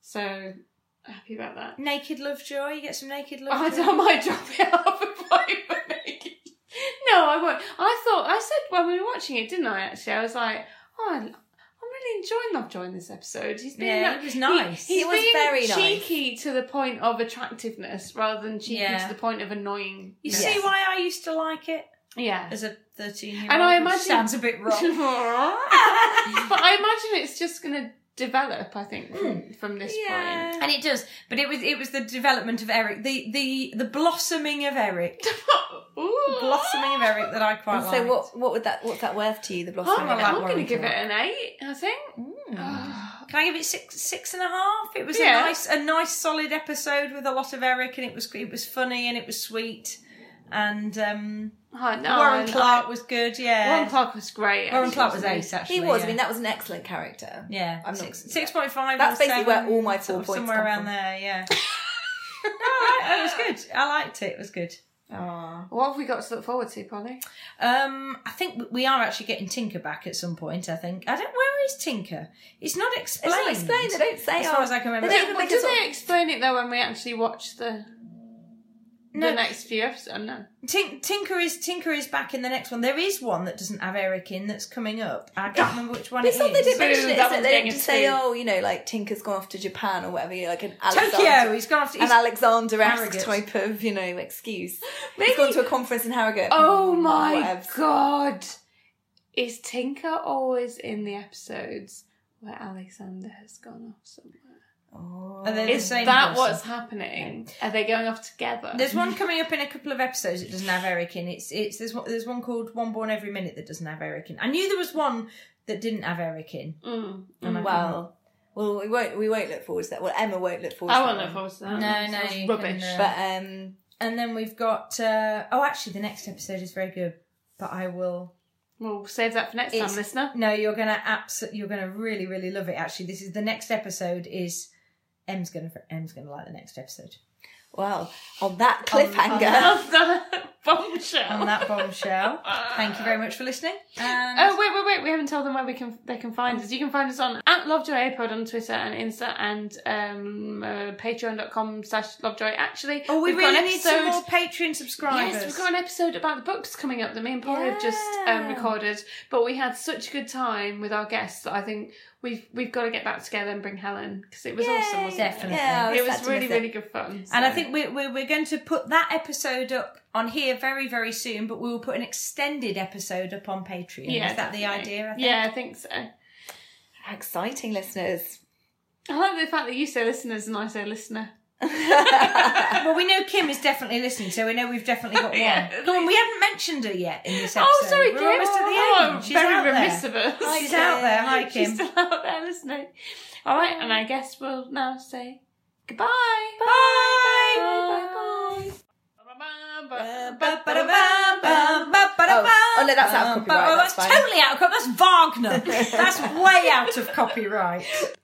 So happy about that. Naked Lovejoy. You get some Naked I, Lovejoy. I might drop it half a point for making. No, I won't. I thought I said when we were watching it, didn't I? Actually, I was like, oh, I'm really enjoying Lovejoy in this episode. He's being Yeah, that- it was nice. He, he's It was being very nice. cheeky to the point of attractiveness, rather than cheeky Yeah. to the point of annoying. You Yes. see why I used to like it Yeah. as a 13 year old? And I imagine- Sounds a bit but wrong. I imagine it's just going to develop. I think Hmm. from, from this point. and it does. But it was it was the development of Eric, the the the blossoming of Eric. Ooh. blossoming of Eric that I quite like. So what what would that what's that worth to you? The Oh, blossom. I like I'm going to Warrington give it Rock. an eight. I think. Hmm. Can I give it six six and a half? It was Yeah. a nice a nice solid episode with a lot of Eric and it was it was funny and it was sweet. And um Oh, no, Warren I- Clark was good, yeah. Warren Clark was great. Warren actually, Clark was wasn't ace actually. he was. yeah. I mean, that was an excellent character. Yeah, I'm not- six six point five. That's or basically where seven, all my four sort of points somewhere come around from. there. Yeah. no, I liked it. It was good. I liked it. It was good. Aw. What have we got to look forward to, Polly? Um, I think we- we are actually getting Tinker back at some point. I think I don't. Where is Tinker? It's not It's explained. not explained. They don't say. As far oh, as I can remember. They don't even Well, make do us. they explain it though when we actually watch the No. the next few episodes? No. Tin- Tinker is Tinker is back in the next one. There is one that doesn't have Eric in that's coming up. I can't remember which one it It's not they is. didn't mention Boo, it. that It's like one's they getting didn't a just say, two. oh, you know, like Tinker's gone off to Japan or whatever. You know, like an Tokyo. Alexander- He's gone after. an Alexander-esque Arrogant. type of, you know, excuse. Maybe- He's gone to a conference in Harrogate. Oh my Whatevs. god! Is Tinker always in the episodes where Alexander has gone off somewhere? Oh. Are they- They're the Is same that person. what's happening? Are they going off together? There's one coming up in a couple of episodes that doesn't have Eric in. It's it's there's one there's one called One Born Every Minute that doesn't have Eric in. I knew there was one that didn't have Eric in. Mm. And I can't- Well, well, we won't we won't look forward to that. Well, Emma won't look forward. I to won't that look one. forward to that. No, one. no, Sounds you uh, rubbish. can, But um, and then we've got uh, oh actually the next episode is very good, but I will We'll save that for next time, It's- listener. no you're gonna abs- you're gonna really really love it actually. This is the next episode is M's gonna M's gonna like the next episode well, on that on cliffhanger. that- Of the bombshell. on that bombshell. Thank you very much for listening. And Oh wait, wait, wait! We haven't told them where we can they can find us. You can find us on at Lovejoy Pod on Twitter and Insta and um, uh, Patreon.com slash Lovejoy. Actually, oh, we we've got really an need some more episode- Patreon subscribers. Yes, we've got an episode about the books coming up that me and Paul have just um, Yeah. recorded. But we had such a good time with our guests that I think we've we've got to get back together and bring Helen because it was awesome. Wasn't Definitely. Yeah, I It? It sad was to miss really it. really good fun. And I so. think we're, we're, we're going to put that episode up on here very, very soon, but we will put an extended episode up on Patreon. Is that the definitely. idea? I think? Yeah, I think so. Exciting, listeners. I like the fact that you say listeners and I say listener. Well, we know Kim is definitely listening, so we know we've definitely got one. Yeah. Go on, we haven't mentioned her yet in this episode. Oh, sorry, We're Kim. almost at the Oh, end. She's very out remiss there. of us. Hi, She's out there. Hi, Kim. She's still out there listening. All right, and I guess we'll now say goodbye. Bye. Oh, oh no, that's out of Oh, copyright. That's that's fine. totally out of copyright. That's Wagner. that's way out of copyright.